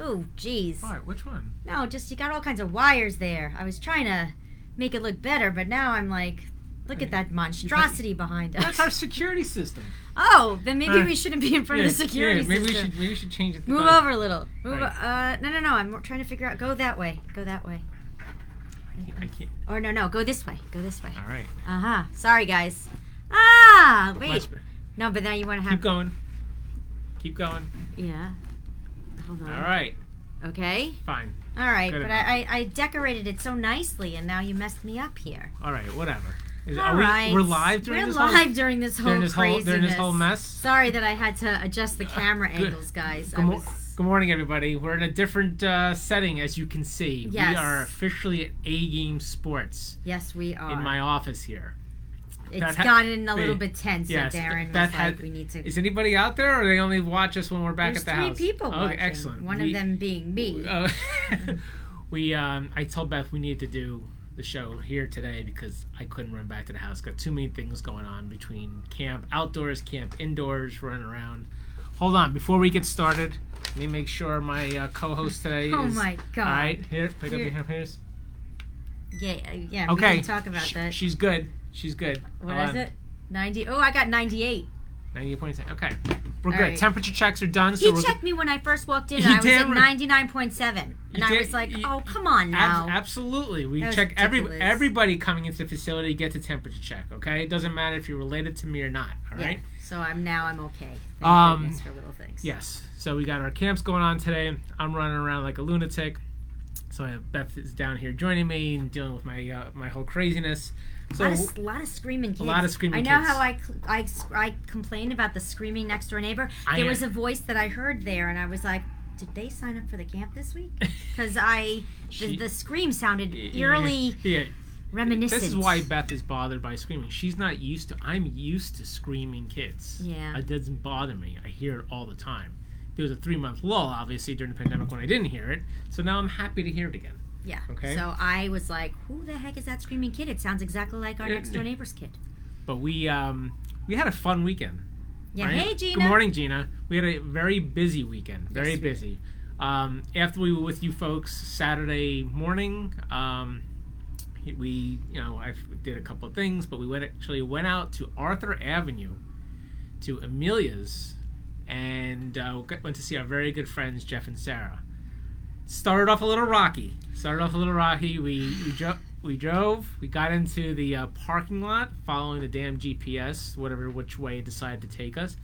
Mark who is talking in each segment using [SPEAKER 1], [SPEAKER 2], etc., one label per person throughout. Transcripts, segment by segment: [SPEAKER 1] Ooh, jeez.
[SPEAKER 2] Why? Which one?
[SPEAKER 1] No, just you got all kinds of wires there. I was trying to make it look better, but now I'm like, look at that monstrosity behind
[SPEAKER 2] That's our
[SPEAKER 1] us.
[SPEAKER 2] security system.
[SPEAKER 1] Oh, then maybe
[SPEAKER 2] Uh,
[SPEAKER 1] we shouldn't be in front of the security system.
[SPEAKER 2] maybe we should maybe we should change it.
[SPEAKER 1] Move over a little. Move. Uh,
[SPEAKER 2] Right.
[SPEAKER 1] no, no, no. I'm trying to figure out. Go that way. Go that way.
[SPEAKER 2] I can't.
[SPEAKER 1] Or no, no. Go this way. Go this way.
[SPEAKER 2] All right.
[SPEAKER 1] Uh huh. Sorry, guys. Ah, wait.
[SPEAKER 2] Much better.
[SPEAKER 1] No, but now you want to
[SPEAKER 2] Keep
[SPEAKER 1] have.
[SPEAKER 2] going. Keep going.
[SPEAKER 1] Yeah. Hold on.
[SPEAKER 2] All right.
[SPEAKER 1] Okay.
[SPEAKER 2] Fine.
[SPEAKER 1] All right.
[SPEAKER 2] Good
[SPEAKER 1] but
[SPEAKER 2] enough.
[SPEAKER 1] I, I, I decorated it so nicely, and now you messed me up here.
[SPEAKER 2] All right. Whatever. Is,
[SPEAKER 1] All
[SPEAKER 2] are we,
[SPEAKER 1] right.
[SPEAKER 2] We're live during
[SPEAKER 1] We're
[SPEAKER 2] this
[SPEAKER 1] live
[SPEAKER 2] whole
[SPEAKER 1] during this whole
[SPEAKER 2] during this whole
[SPEAKER 1] craziness.
[SPEAKER 2] during this whole mess.
[SPEAKER 1] Sorry that I had to adjust the camera
[SPEAKER 2] Good.
[SPEAKER 1] angles, guys.
[SPEAKER 2] Good,
[SPEAKER 1] I
[SPEAKER 2] mo-
[SPEAKER 1] was
[SPEAKER 2] good morning, everybody. We're in a different uh, setting, as you can see. We
[SPEAKER 1] Yes.
[SPEAKER 2] are officially at A Game Sports
[SPEAKER 1] yes, we are.
[SPEAKER 2] in my office here.
[SPEAKER 1] it's
[SPEAKER 2] that ha-
[SPEAKER 1] gotten a little
[SPEAKER 2] wait.
[SPEAKER 1] bit tense.
[SPEAKER 2] Yes,
[SPEAKER 1] so Darren
[SPEAKER 2] that
[SPEAKER 1] was like,
[SPEAKER 2] had-
[SPEAKER 1] "We need to."
[SPEAKER 2] Is anybody out there, or they only watch us when we're back
[SPEAKER 1] There's
[SPEAKER 2] at the
[SPEAKER 1] three
[SPEAKER 2] house?
[SPEAKER 1] people
[SPEAKER 2] Okay,
[SPEAKER 1] watching.
[SPEAKER 2] excellent.
[SPEAKER 1] One
[SPEAKER 2] We-
[SPEAKER 1] of them being me. Oh
[SPEAKER 2] Uh, we, um, I told Beth we needed to do the show here today because I couldn't run back to the house. Got too many things going on between camp, outdoors, camp, indoors, running around. Hold on, before we get started, let me make sure my uh, co-host today
[SPEAKER 1] oh
[SPEAKER 2] is.
[SPEAKER 1] my god.
[SPEAKER 2] All right, here, pick up
[SPEAKER 1] Here.
[SPEAKER 2] your hairs.
[SPEAKER 1] Yeah, uh, yeah.
[SPEAKER 2] Okay.
[SPEAKER 1] We can talk about
[SPEAKER 2] Sh-
[SPEAKER 1] that.
[SPEAKER 2] She's good. She's good.
[SPEAKER 1] What
[SPEAKER 2] Hold
[SPEAKER 1] is
[SPEAKER 2] on.
[SPEAKER 1] it? Ninety. Oh, I got ninety-eight.
[SPEAKER 2] Ninety-eight point seven. Okay, we're
[SPEAKER 1] All
[SPEAKER 2] good.
[SPEAKER 1] right.
[SPEAKER 2] Temperature checks are done.
[SPEAKER 1] He
[SPEAKER 2] so we're
[SPEAKER 1] checked me when I first walked in.
[SPEAKER 2] You
[SPEAKER 1] and I was at
[SPEAKER 2] damn right.
[SPEAKER 1] ninety-nine point seven, and
[SPEAKER 2] You
[SPEAKER 1] I
[SPEAKER 2] did-
[SPEAKER 1] was like,
[SPEAKER 2] you-
[SPEAKER 1] "Oh, come on now."
[SPEAKER 2] Ab- absolutely, we
[SPEAKER 1] That was
[SPEAKER 2] check every
[SPEAKER 1] ridiculous.
[SPEAKER 2] everybody coming into the facility gets a temperature check. Okay, it doesn't matter if you're related to me or not. All
[SPEAKER 1] Yeah.
[SPEAKER 2] right.
[SPEAKER 1] So I'm now I'm okay. Thank
[SPEAKER 2] Um,
[SPEAKER 1] goodness for little things.
[SPEAKER 2] Yes. So we got our camps going on today. I'm running around like a lunatic. So I have Beth is down here joining me and dealing with my uh, my whole craziness. So
[SPEAKER 1] a lot of, lot of screaming kids.
[SPEAKER 2] lot of screaming
[SPEAKER 1] I know
[SPEAKER 2] kids.
[SPEAKER 1] how I, cl- I, s- I complained about the screaming next door neighbor.
[SPEAKER 2] I
[SPEAKER 1] there
[SPEAKER 2] am-
[SPEAKER 1] was a voice that I heard there, and I was like, did they sign up for the camp this week? Because I, the,
[SPEAKER 2] She-
[SPEAKER 1] the scream sounded
[SPEAKER 2] Yeah,
[SPEAKER 1] eerily
[SPEAKER 2] yeah,
[SPEAKER 1] reminiscent.
[SPEAKER 2] This is why Beth is bothered by screaming. She's not used to. I'm used to screaming kids.
[SPEAKER 1] Yeah.
[SPEAKER 2] It doesn't bother me. I hear it all the time. There was a three month lull, obviously, during the pandemic when I didn't hear it. So now I'm happy to hear it again.
[SPEAKER 1] Yeah.
[SPEAKER 2] Okay.
[SPEAKER 1] So I was like, who the heck is that screaming kid? It sounds exactly like our
[SPEAKER 2] Uh, Yeah.
[SPEAKER 1] next door neighbor's kid.
[SPEAKER 2] But we um, we had a fun weekend.
[SPEAKER 1] Yeah.
[SPEAKER 2] right?
[SPEAKER 1] Hey, Gina.
[SPEAKER 2] Good morning, Gina. We had a very busy weekend. Very
[SPEAKER 1] Yes, we
[SPEAKER 2] busy. Um, after we were with you folks Saturday morning, um, we you know I did a couple of things, but we went actually went out to Arthur Avenue, to Amelia's, and uh, got- went to see our very good friends Jeff and Sarah. Started off a little rocky. Started off a little rocky. We we, dro- we drove. We got into the uh, parking lot, following the damn GPS, whatever which way it decided to take us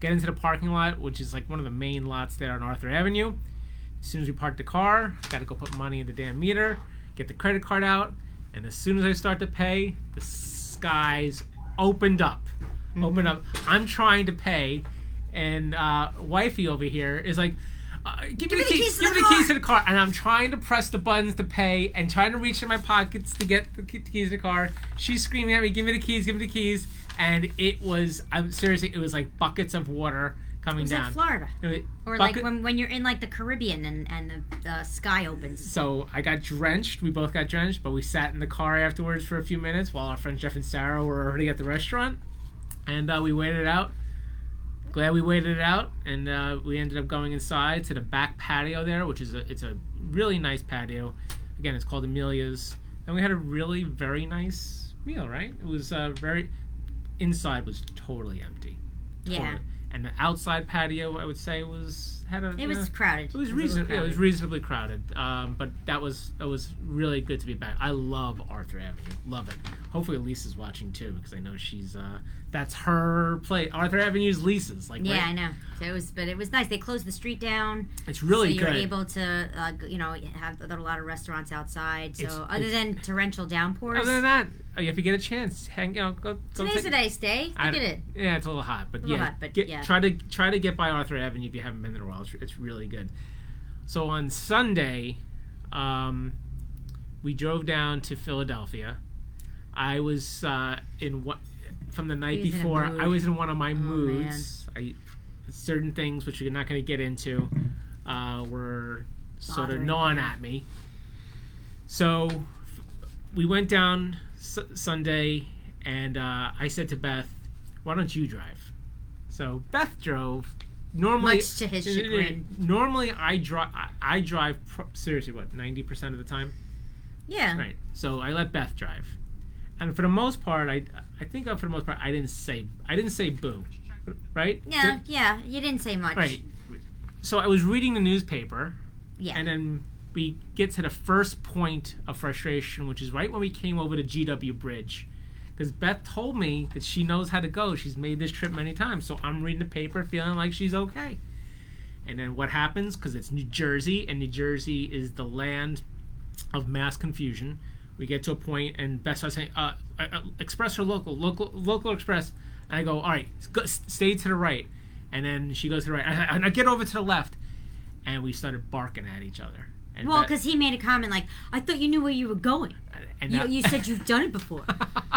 [SPEAKER 2] get into the parking lot, which is like one of the main lots there on Arthur Avenue. As soon as we park the car, gotta go put money in the damn meter, get the credit card out, and as soon as I start to pay, the skies opened up. Opened up. I'm trying to pay, and uh, wifey over here is like, uh, give, me the keys,
[SPEAKER 1] to
[SPEAKER 2] give
[SPEAKER 1] the
[SPEAKER 2] me the
[SPEAKER 1] car."
[SPEAKER 2] keys to the car, and I'm trying to press the buttons to pay, and trying to reach in my pockets to get the ke- keys to the car. She's screaming at me, "Give me the keys! Give me the keys!" And it was, I'm seriously, it was like buckets of water coming
[SPEAKER 1] was
[SPEAKER 2] down.
[SPEAKER 1] that Florida?
[SPEAKER 2] It was-
[SPEAKER 1] Or like
[SPEAKER 2] bucket-
[SPEAKER 1] when, when you're in like the Caribbean and, and the, the sky opens.
[SPEAKER 2] So I got drenched. We both got drenched, but we sat in the car afterwards for a few minutes while our friends Jeff and Sarah were already at the restaurant, and uh, we waited it out. Glad we waited it out, and uh, we ended up going inside to the back patio there, which is a it's a really nice patio. Again, it's called Amelia's, and we had a really very nice meal. Right? It was uh, very inside was totally empty.
[SPEAKER 1] Yeah.
[SPEAKER 2] Totally. And the outside patio, I would say, was had a
[SPEAKER 1] It
[SPEAKER 2] uh,
[SPEAKER 1] was crowded.
[SPEAKER 2] it was
[SPEAKER 1] a little
[SPEAKER 2] reasonably it was
[SPEAKER 1] crowded.
[SPEAKER 2] reasonably crowded, um, but that was it was really good to be back. I love Arthur Avenue, love it. Hopefully Lisa's watching too because I know she's uh, that's her place. Arthur Avenue's Lisa's like
[SPEAKER 1] Yeah, I
[SPEAKER 2] right?
[SPEAKER 1] know. So it was, but it was nice. They closed the street down,
[SPEAKER 2] it's really
[SPEAKER 1] so
[SPEAKER 2] good.
[SPEAKER 1] you're able to, uh, g- you know, have there are a lot of restaurants outside. So
[SPEAKER 2] It's-
[SPEAKER 1] other
[SPEAKER 2] it's-
[SPEAKER 1] than torrential downpours,
[SPEAKER 2] Other than that, uh, if you get a chance, hang you know, go. go
[SPEAKER 1] today's
[SPEAKER 2] take-
[SPEAKER 1] a nice day. Look
[SPEAKER 2] I
[SPEAKER 1] at
[SPEAKER 2] don't-
[SPEAKER 1] it.
[SPEAKER 2] Yeah, it's a little hot, but
[SPEAKER 1] little
[SPEAKER 2] yeah,
[SPEAKER 1] hot, but
[SPEAKER 2] get-
[SPEAKER 1] yeah.
[SPEAKER 2] try to try to get by Arthur Avenue if you haven't been there in a while. It's, it's really good. So on Sunday, um, we drove down to Philadelphia. I was uh, in what from the night
[SPEAKER 1] He was in a
[SPEAKER 2] before.
[SPEAKER 1] mood.
[SPEAKER 2] I was in one of my
[SPEAKER 1] Oh,
[SPEAKER 2] moods. I, certain things which we're not going to get into uh, were sort of
[SPEAKER 1] Bothering
[SPEAKER 2] gnawing
[SPEAKER 1] you.
[SPEAKER 2] at me. So f- we went down S- Sunday, and uh, I said to Beth, "Why don't you drive?" So Beth drove. Normally,
[SPEAKER 1] Much to his chagrin.
[SPEAKER 2] Normally, I drive. I, I drive pro- seriously. What ninety percent of the time?
[SPEAKER 1] Yeah.
[SPEAKER 2] Right. So I let Beth drive, and for the most part, I I think uh, for the most part I didn't say I didn't say boo, right?
[SPEAKER 1] Yeah, yeah. You didn't say much.
[SPEAKER 2] Right. So I was reading the newspaper,
[SPEAKER 1] Yeah.
[SPEAKER 2] and then we get to the first point of frustration, which is right when we came over to GW Bridge. Because Beth told me that she knows how to go. She's made this trip many times. So I'm reading the paper feeling like she's okay. And then what happens? Because it's New Jersey, and New Jersey is the land of mass confusion. We get to a point, and Beth starts saying, uh, uh, uh, "Express or local, local, local express." And I go, "All right, s- go, s- stay to the right." And then she goes to the right, and I, and I get over to the left, and we started barking at each other. And
[SPEAKER 1] Well,
[SPEAKER 2] that-
[SPEAKER 1] because he made a comment like, "I thought you knew where you were going.
[SPEAKER 2] and
[SPEAKER 1] You,
[SPEAKER 2] that-
[SPEAKER 1] you said you've done it before."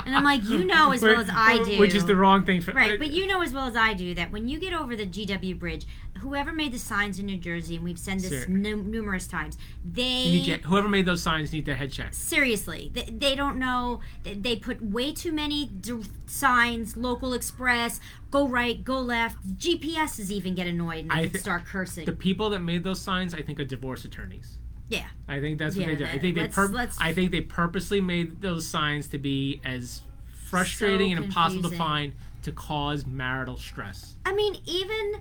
[SPEAKER 1] And I'm like, "You know as well as I do."
[SPEAKER 2] which is the wrong thing for uh,
[SPEAKER 1] Right, but you know as well as I do that when you get over the GW Bridge, whoever made the signs in New Jersey, and we've said this
[SPEAKER 2] Sir.
[SPEAKER 1] nu- numerous times, they
[SPEAKER 2] need to- whoever made those signs need to head check.
[SPEAKER 1] seriously they, they don't know they, they put way too many d- signs local express go right go left gps's even get annoyed and
[SPEAKER 2] I
[SPEAKER 1] they
[SPEAKER 2] thi-
[SPEAKER 1] start cursing
[SPEAKER 2] The people that made those signs, I think, are divorce attorneys.
[SPEAKER 1] yeah
[SPEAKER 2] I think that's what
[SPEAKER 1] Yeah,
[SPEAKER 2] they did. I
[SPEAKER 1] that-
[SPEAKER 2] think they
[SPEAKER 1] let's-
[SPEAKER 2] pur-
[SPEAKER 1] let's-
[SPEAKER 2] I think they purposely made those signs to be as frustrating
[SPEAKER 1] So
[SPEAKER 2] and impossible to
[SPEAKER 1] confusing.
[SPEAKER 2] find to cause marital stress.
[SPEAKER 1] i mean even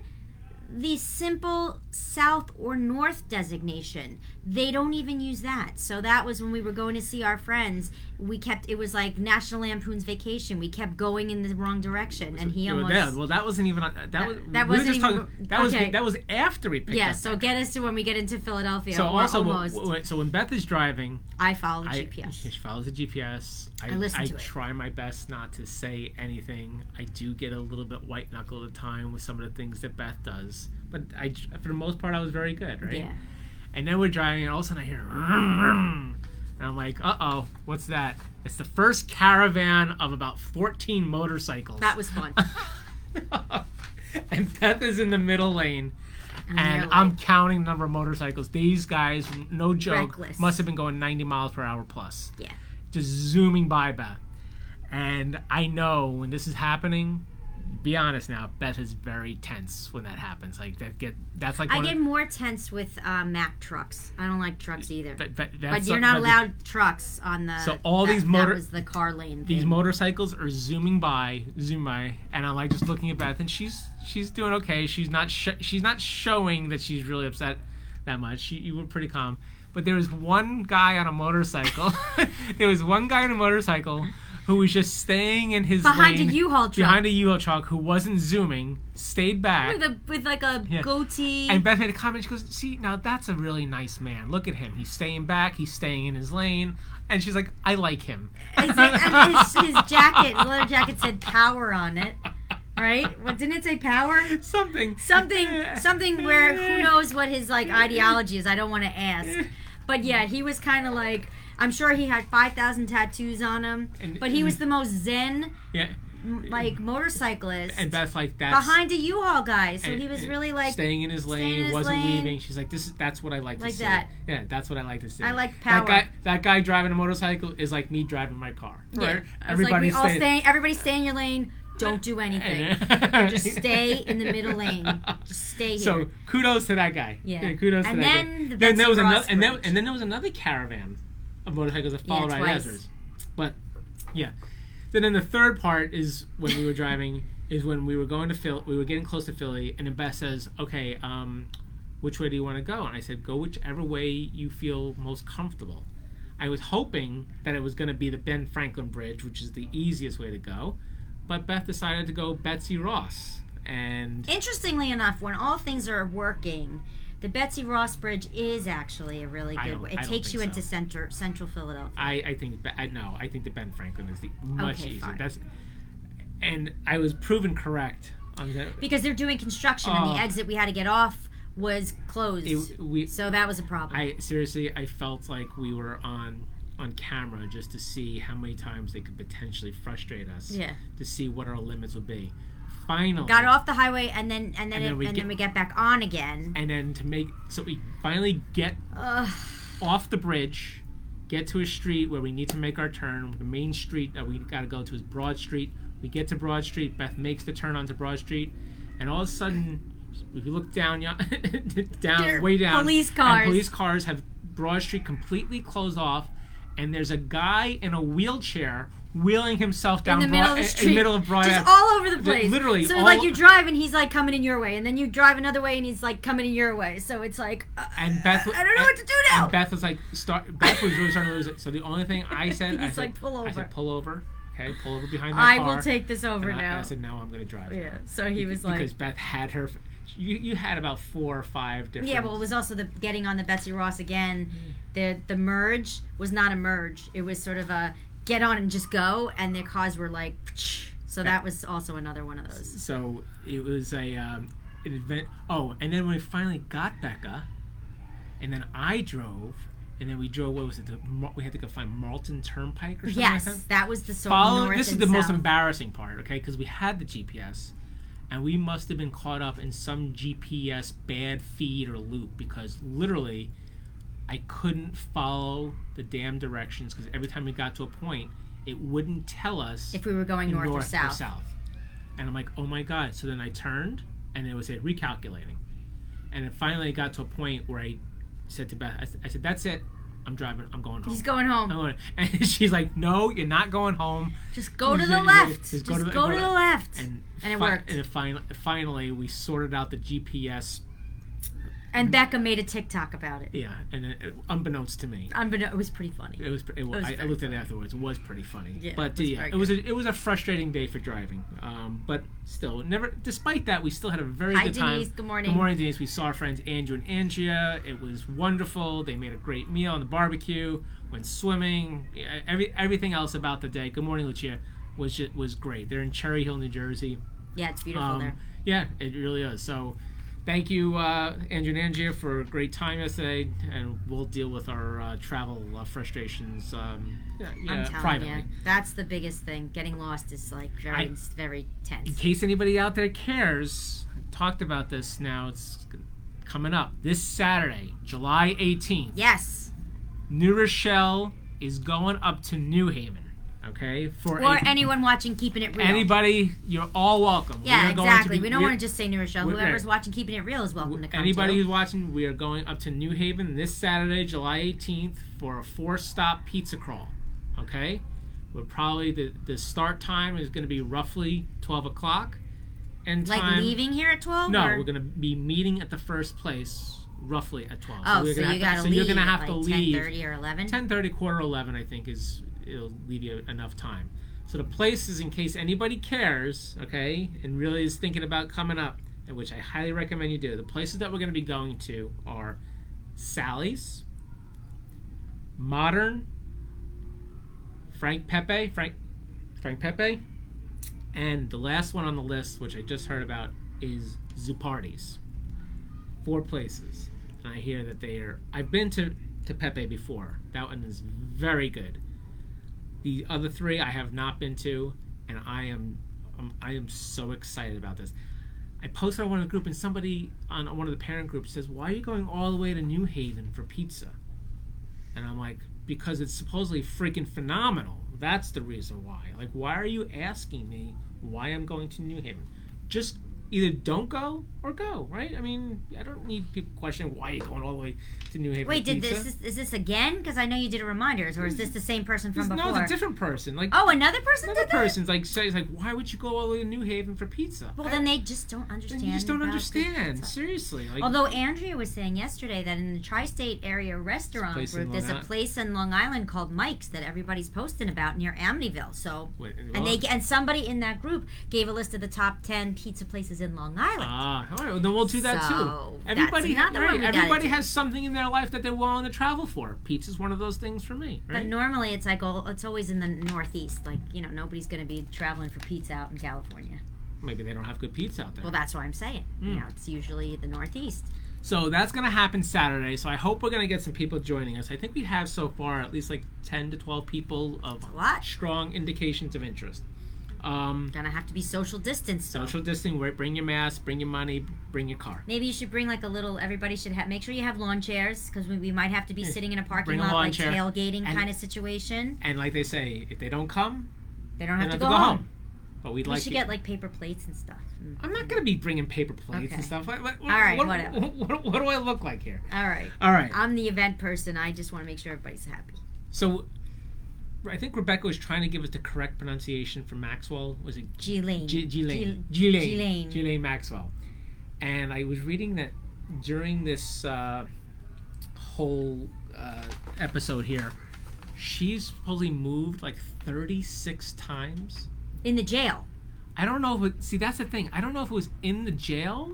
[SPEAKER 1] the simple south or north designation they don't even use that so that was when we were going to see our friends we kept it was like national lampoon's vacation we kept going in the wrong direction and he
[SPEAKER 2] You know,
[SPEAKER 1] almost
[SPEAKER 2] that- well, that wasn't even. on- That, was.
[SPEAKER 1] that
[SPEAKER 2] we were
[SPEAKER 1] wasn't
[SPEAKER 2] just
[SPEAKER 1] even-
[SPEAKER 2] talking- that
[SPEAKER 1] okay.
[SPEAKER 2] was. That was after we picked
[SPEAKER 1] yeah
[SPEAKER 2] up.
[SPEAKER 1] so get us to when we get into philadelphia
[SPEAKER 2] So
[SPEAKER 1] or
[SPEAKER 2] also, when-
[SPEAKER 1] almost
[SPEAKER 2] when- so when Beth is driving,
[SPEAKER 1] i follow
[SPEAKER 2] I,
[SPEAKER 1] gps
[SPEAKER 2] she follows the GPS. I,
[SPEAKER 1] I listen to it.
[SPEAKER 2] try my best not to say anything. I do get a little bit white knuckled at time with some of the things that Beth does, but I, for the most part, I was very good, right?
[SPEAKER 1] yeah
[SPEAKER 2] And then we're driving, and all of a sudden I hear, "Vroom, vroom." and I'm like, uh oh, what's that? It's the first caravan of about 14 motorcycles.
[SPEAKER 1] that was fun
[SPEAKER 2] Uh, and Beth is in the middle lane, and,
[SPEAKER 1] they're
[SPEAKER 2] I'm
[SPEAKER 1] like-
[SPEAKER 2] counting the number of motorcycles. These guys, no joke,
[SPEAKER 1] Reckless.
[SPEAKER 2] must have been going 90 miles per hour plus.
[SPEAKER 1] Yeah.
[SPEAKER 2] Just zooming by Beth. And I know when this is happening, be honest now, Beth is very tense when that happens. Like that get that's like
[SPEAKER 1] I
[SPEAKER 2] one of-
[SPEAKER 1] get more tense with uh, Mack trucks. I don't like trucks either.
[SPEAKER 2] that- that-
[SPEAKER 1] but
[SPEAKER 2] that's
[SPEAKER 1] you're
[SPEAKER 2] something
[SPEAKER 1] not
[SPEAKER 2] that-
[SPEAKER 1] allowed trucks on the.
[SPEAKER 2] So all
[SPEAKER 1] that-
[SPEAKER 2] these motor-
[SPEAKER 1] That was the car lane.
[SPEAKER 2] these
[SPEAKER 1] thing.
[SPEAKER 2] motorcycles are zooming by, zoom by, and I'm like just looking at Beth, and she's she's doing okay. She's not sh- she's not showing that she's really upset that much. She, you were pretty calm, but there was one guy on a motorcycle. there was one guy on a motorcycle who was just staying in his
[SPEAKER 1] behind
[SPEAKER 2] lane,
[SPEAKER 1] a U-Haul truck
[SPEAKER 2] behind a U-Haul truck who wasn't zooming, stayed back.
[SPEAKER 1] with a with like a
[SPEAKER 2] Yeah.
[SPEAKER 1] goatee.
[SPEAKER 2] And Beth made a comment. She goes, "See, now that's a really nice man. Look at him. He's staying back. He's staying in his lane." And she's like, "I like him."
[SPEAKER 1] His, his, his jacket, leather jacket, said "power" on it. Right? What didn't it say? Power.
[SPEAKER 2] something
[SPEAKER 1] Something, something where who knows what his like ideology is. I don't want to ask. But yeah, he was kind of like. I'm sure he had 5,000 tattoos on him,
[SPEAKER 2] And-
[SPEAKER 1] but he was the most zen
[SPEAKER 2] yeah
[SPEAKER 1] m- Mm, like motorcyclist
[SPEAKER 2] and Beth like that's
[SPEAKER 1] behind a U-Haul guy. So
[SPEAKER 2] and-
[SPEAKER 1] he was
[SPEAKER 2] and
[SPEAKER 1] really like,
[SPEAKER 2] staying in his
[SPEAKER 1] staying
[SPEAKER 2] lane
[SPEAKER 1] in his
[SPEAKER 2] wasn't
[SPEAKER 1] lane.
[SPEAKER 2] leaving she's like this is that's what I like
[SPEAKER 1] Like
[SPEAKER 2] to see
[SPEAKER 1] that.
[SPEAKER 2] yeah that's what I like to see
[SPEAKER 1] I like power.
[SPEAKER 2] that guy that guy driving a motorcycle is like me driving my car
[SPEAKER 1] yeah.
[SPEAKER 2] Right?
[SPEAKER 1] I was like, we all
[SPEAKER 2] stays-
[SPEAKER 1] stay. Everybody stay in your lane. Don't do anything.
[SPEAKER 2] and-
[SPEAKER 1] Just stay in the middle lane. Just stay here.
[SPEAKER 2] so kudos to that guy
[SPEAKER 1] Yeah.
[SPEAKER 2] kudos
[SPEAKER 1] And then
[SPEAKER 2] to that guy.
[SPEAKER 1] the
[SPEAKER 2] then
[SPEAKER 1] Betsy
[SPEAKER 2] there was
[SPEAKER 1] Ross
[SPEAKER 2] another and then,
[SPEAKER 1] Bridge.
[SPEAKER 2] and then there was another caravan of motorcycles that followed right
[SPEAKER 1] twice.
[SPEAKER 2] after us. but yeah then then the third part is when we were driving is when we were going to Phil we were getting close to Philly and then Beth says okay um which way do you want to go and I said go whichever way you feel most comfortable I was hoping that it was going to be the Ben Franklin Bridge which is the easiest way to go but Beth decided to go Betsy Ross and
[SPEAKER 1] Interestingly enough, when all things are working, the Betsy Ross Bridge is actually a really
[SPEAKER 2] I
[SPEAKER 1] good
[SPEAKER 2] don't-
[SPEAKER 1] way.
[SPEAKER 2] I
[SPEAKER 1] It
[SPEAKER 2] don't
[SPEAKER 1] takes
[SPEAKER 2] think
[SPEAKER 1] you into
[SPEAKER 2] so.
[SPEAKER 1] center central Philadelphia.
[SPEAKER 2] I, I think Be- I no, I think that Ben Franklin is the much
[SPEAKER 1] Okay,
[SPEAKER 2] easier.
[SPEAKER 1] fine.
[SPEAKER 2] That's and I was proven correct on that.
[SPEAKER 1] Because they're doing construction on
[SPEAKER 2] Oh.
[SPEAKER 1] the exit we had to get off was closed.
[SPEAKER 2] It, we,
[SPEAKER 1] so that was a problem.
[SPEAKER 2] I seriously, I felt like we were on on camera just to see how many times they could potentially frustrate us.
[SPEAKER 1] Yeah.
[SPEAKER 2] To see what our limits would be. Finally,
[SPEAKER 1] Got off the highway and then and then
[SPEAKER 2] And
[SPEAKER 1] it,
[SPEAKER 2] then we
[SPEAKER 1] and
[SPEAKER 2] get-
[SPEAKER 1] then we get back on again.
[SPEAKER 2] and then to make so we finally get
[SPEAKER 1] Ugh.
[SPEAKER 2] off the bridge, get to a street where we need to make our turn. The main street that we got to go to is Broad Street. We get to Broad Street. Beth makes the turn onto Broad Street, and all of a sudden, if you look down, yo- down
[SPEAKER 1] There are
[SPEAKER 2] way down,
[SPEAKER 1] police
[SPEAKER 2] and
[SPEAKER 1] cars.
[SPEAKER 2] police cars have Broad Street completely closed off, and there's a guy in a wheelchair wheeling himself down
[SPEAKER 1] in the middle of
[SPEAKER 2] Broad,
[SPEAKER 1] the
[SPEAKER 2] in-
[SPEAKER 1] street,
[SPEAKER 2] in middle of Broad.
[SPEAKER 1] just
[SPEAKER 2] Ave-
[SPEAKER 1] all over the
[SPEAKER 2] Li-
[SPEAKER 1] place.
[SPEAKER 2] Oh, literally
[SPEAKER 1] so
[SPEAKER 2] all-
[SPEAKER 1] like you drive and he's like coming in your way, and then you drive another way and he's like coming in your way. So it's like uh,
[SPEAKER 2] and Beth,
[SPEAKER 1] I don't know what to do now.
[SPEAKER 2] And Beth was like, start. Beth was really starting to lose it. So the only thing I said, I
[SPEAKER 1] He's
[SPEAKER 2] said,
[SPEAKER 1] like, "Pull
[SPEAKER 2] I
[SPEAKER 1] over."
[SPEAKER 2] said, pull over. Okay, pull over behind my
[SPEAKER 1] I
[SPEAKER 2] car.
[SPEAKER 1] will take this over
[SPEAKER 2] and I,
[SPEAKER 1] now.
[SPEAKER 2] I said, no, I'm going to drive. now."
[SPEAKER 1] yeah. So he was like,
[SPEAKER 2] because Beth had her. You, you had about four or five different. Mm.
[SPEAKER 1] Yeah, well, it was also the getting on the Betsy Ross again. The the merge was not a merge. It was sort of a get on and just go, and their cars were like. So that was also another one of those.
[SPEAKER 2] so it was a um, an event. Oh, and then when we finally got Becca, and then I drove, and then we drove. What was it? The, Mar- we had to go find Marlton Turnpike or something like that.
[SPEAKER 1] Yes, that was the sort of
[SPEAKER 2] following
[SPEAKER 1] north
[SPEAKER 2] this is
[SPEAKER 1] and
[SPEAKER 2] the most
[SPEAKER 1] south.
[SPEAKER 2] embarrassing part okay because we had the gps and we must have been caught up in some gps bad feed or loop because literally i couldn't follow the damn directions because every time we got to a point it wouldn't tell us
[SPEAKER 1] if we were going
[SPEAKER 2] in
[SPEAKER 1] north, or south.
[SPEAKER 2] and i'm like oh my god so then i turned and it was it recalculating and it finally got to a point where i said to beth i, s- I said that's it i'm driving i'm going home
[SPEAKER 1] He's going home.
[SPEAKER 2] I'm going- and she's like no you're not going home
[SPEAKER 1] Just go to
[SPEAKER 2] Just
[SPEAKER 1] the
[SPEAKER 2] go-
[SPEAKER 1] left. Just
[SPEAKER 2] Mm-hmm. just
[SPEAKER 1] go
[SPEAKER 2] go to
[SPEAKER 1] to
[SPEAKER 2] the-
[SPEAKER 1] the left. And,
[SPEAKER 2] and
[SPEAKER 1] it
[SPEAKER 2] fi-
[SPEAKER 1] worked.
[SPEAKER 2] And it fin- finally, we sorted out the GPS.
[SPEAKER 1] Becca made a TikTok about it.
[SPEAKER 2] Yeah, and it, it- unbeknownst to me,
[SPEAKER 1] Unbeknown, it was pretty funny.
[SPEAKER 2] it was. It, wa-
[SPEAKER 1] was
[SPEAKER 2] I, I
[SPEAKER 1] very
[SPEAKER 2] looked at it afterwards. It was pretty funny.
[SPEAKER 1] Yeah, it
[SPEAKER 2] but
[SPEAKER 1] was
[SPEAKER 2] yeah,
[SPEAKER 1] very
[SPEAKER 2] it was. A, it was a frustrating day for driving. Um, but still, never. Despite that, we still had a very
[SPEAKER 1] Hi
[SPEAKER 2] good time.
[SPEAKER 1] Denise. Good morning.
[SPEAKER 2] Good morning, Denise. We saw our friends Andrew and Andrea. It was wonderful. They made a great meal on the barbecue. Went swimming. Yeah, Every everything else about the day. Good morning, Lucia. Was just, was great. They're in Cherry Hill, New Jersey.
[SPEAKER 1] Yeah, it's beautiful
[SPEAKER 2] Um,
[SPEAKER 1] there.
[SPEAKER 2] Yeah, it really is. So, thank you, uh, Andrew and Angia, for a great time yesterday, and we'll deal with our uh, travel uh, frustrations um, yeah,
[SPEAKER 1] I'm
[SPEAKER 2] yeah,
[SPEAKER 1] telling
[SPEAKER 2] privately.
[SPEAKER 1] you, that's the biggest thing. Getting lost is like very,
[SPEAKER 2] I-
[SPEAKER 1] very
[SPEAKER 2] In
[SPEAKER 1] tense.
[SPEAKER 2] case anybody out there cares, I talked about this. Now it's coming up this Saturday, July 18th.
[SPEAKER 1] Yes.
[SPEAKER 2] New Rochelle is going up to New Haven. Okay, for
[SPEAKER 1] Or
[SPEAKER 2] a-
[SPEAKER 1] anyone watching Keeping It Real.
[SPEAKER 2] anybody, you're all welcome.
[SPEAKER 1] Yeah,
[SPEAKER 2] We're going to
[SPEAKER 1] exactly.
[SPEAKER 2] be-
[SPEAKER 1] we don't
[SPEAKER 2] we're-
[SPEAKER 1] want to just say New Rochelle.
[SPEAKER 2] we're-
[SPEAKER 1] Whoever's watching Keeping It Real is welcome to come.
[SPEAKER 2] Anybody
[SPEAKER 1] too.
[SPEAKER 2] who's watching, we are going up to New Haven this Saturday, July 18th, for a four-stop pizza crawl. Okay, we're probably the the start time is going to be roughly 12 o'clock, and
[SPEAKER 1] like
[SPEAKER 2] time.
[SPEAKER 1] leaving here at twelve?
[SPEAKER 2] No,
[SPEAKER 1] or-
[SPEAKER 2] we're going to be meeting at the first place roughly at 12.
[SPEAKER 1] Oh,
[SPEAKER 2] we're
[SPEAKER 1] so
[SPEAKER 2] gonna
[SPEAKER 1] you
[SPEAKER 2] have
[SPEAKER 1] gotta
[SPEAKER 2] to- so
[SPEAKER 1] leave.
[SPEAKER 2] you're going to have
[SPEAKER 1] like
[SPEAKER 2] to
[SPEAKER 1] 10:30
[SPEAKER 2] leave
[SPEAKER 1] or eleven.
[SPEAKER 2] 10:30, quarter 11, I think is it'll leave you enough time. So the place is in case anybody cares, okay, and really is thinking about coming up, and which I highly recommend you do. The places that we're going to be going to are Sally's, Modern, Frank Pepe, Frank Frank Pepe, and the last one on the list, which I just heard about, is Zupardi's. Four places, and I hear that they are. I've been to to Pepe before. That one is very good. The other three I have not been to, and I am um, I am so excited about this. I posted on one of the group, and somebody on one of the parent groups says, "Why are you going all the way to New Haven for pizza?" And I'm like, "Because it's supposedly freaking phenomenal. That's the reason why. Like, why are you asking me why I'm going to New Haven? Just either don't go or go, right? I mean, I don't need people questioning why you're going all the way to New Haven.
[SPEAKER 1] Wait,
[SPEAKER 2] for
[SPEAKER 1] did
[SPEAKER 2] pizza.
[SPEAKER 1] this is, is this again? Because I know you did a reminders, or is this the same person from
[SPEAKER 2] This-
[SPEAKER 1] before?
[SPEAKER 2] No, it's a different person. Like
[SPEAKER 1] oh, another person
[SPEAKER 2] another
[SPEAKER 1] did that.
[SPEAKER 2] person's like says like, why would you go all the way to New Haven for pizza?
[SPEAKER 1] Well, then they just don't understand.
[SPEAKER 2] you just don't
[SPEAKER 1] about
[SPEAKER 2] understand.
[SPEAKER 1] pizza.
[SPEAKER 2] Seriously, like
[SPEAKER 1] Although Andrea was saying yesterday that in the tri-state area restaurant
[SPEAKER 2] place in
[SPEAKER 1] group, there's
[SPEAKER 2] Long
[SPEAKER 1] a
[SPEAKER 2] Isl-
[SPEAKER 1] place in Long Island called Mike's that everybody's posting about near Amityville. So
[SPEAKER 2] wait,
[SPEAKER 1] And
[SPEAKER 2] well,
[SPEAKER 1] they and somebody in that group gave a list of the top ten pizza places in Long Island.
[SPEAKER 2] ah, all right, well, then we'll do that too.
[SPEAKER 1] So, that's
[SPEAKER 2] Everybody,
[SPEAKER 1] another one
[SPEAKER 2] right,
[SPEAKER 1] we gotta
[SPEAKER 2] everybody
[SPEAKER 1] do.
[SPEAKER 2] has something in their life that they're willing to travel for. Pizza's one of those things for me,
[SPEAKER 1] But
[SPEAKER 2] right?
[SPEAKER 1] normally it's like all, it's always in the Northeast. Like you know nobody's going to be traveling for pizza out in California.
[SPEAKER 2] Maybe they don't have good pizza out there.
[SPEAKER 1] Well, that's what I'm saying. You
[SPEAKER 2] Mm.
[SPEAKER 1] know, it's usually the Northeast.
[SPEAKER 2] So that's going to happen Saturday. So I hope we're going to get some people joining us. I think we have so far at least like 10 to 12 people of
[SPEAKER 1] lot.
[SPEAKER 2] strong indications of interest. Um,
[SPEAKER 1] Gonna have to be social distance. though.
[SPEAKER 2] social distancing, right, bring your mask, bring your money, bring your car.
[SPEAKER 1] Maybe you should bring like a little. Everybody should have. Make sure you have lawn chairs because we, we might have to be sitting in a parking
[SPEAKER 2] Bring a
[SPEAKER 1] lot,
[SPEAKER 2] lawn
[SPEAKER 1] like
[SPEAKER 2] chair.
[SPEAKER 1] tailgating
[SPEAKER 2] And-
[SPEAKER 1] kind of situation.
[SPEAKER 2] And like they say, if they don't come,
[SPEAKER 1] They don't
[SPEAKER 2] they
[SPEAKER 1] have
[SPEAKER 2] don't
[SPEAKER 1] to go, home.
[SPEAKER 2] But we'd
[SPEAKER 1] We
[SPEAKER 2] like
[SPEAKER 1] should
[SPEAKER 2] you-
[SPEAKER 1] get like paper plates and stuff. Mm.
[SPEAKER 2] I'm not going to be bringing paper plates
[SPEAKER 1] Okay.
[SPEAKER 2] and stuff. What, what, what,
[SPEAKER 1] All right,
[SPEAKER 2] what,
[SPEAKER 1] whatever. Uh,
[SPEAKER 2] What, what do I look like here?
[SPEAKER 1] All right.
[SPEAKER 2] All right.
[SPEAKER 1] I'm the event person. I just want to make sure everybody's happy.
[SPEAKER 2] So I think Rebecca was trying to give us the correct pronunciation for Maxwell. Was it
[SPEAKER 1] G Lane.
[SPEAKER 2] G- Ghislaine.
[SPEAKER 1] G-
[SPEAKER 2] Ghislaine.
[SPEAKER 1] Ghislaine.
[SPEAKER 2] Ghislaine Maxwell. And I was reading that during this uh, whole uh, episode here, she's supposedly moved like 36 times.
[SPEAKER 1] In the jail.
[SPEAKER 2] I don't know if it, see that's the thing. I don't know if it was in the jail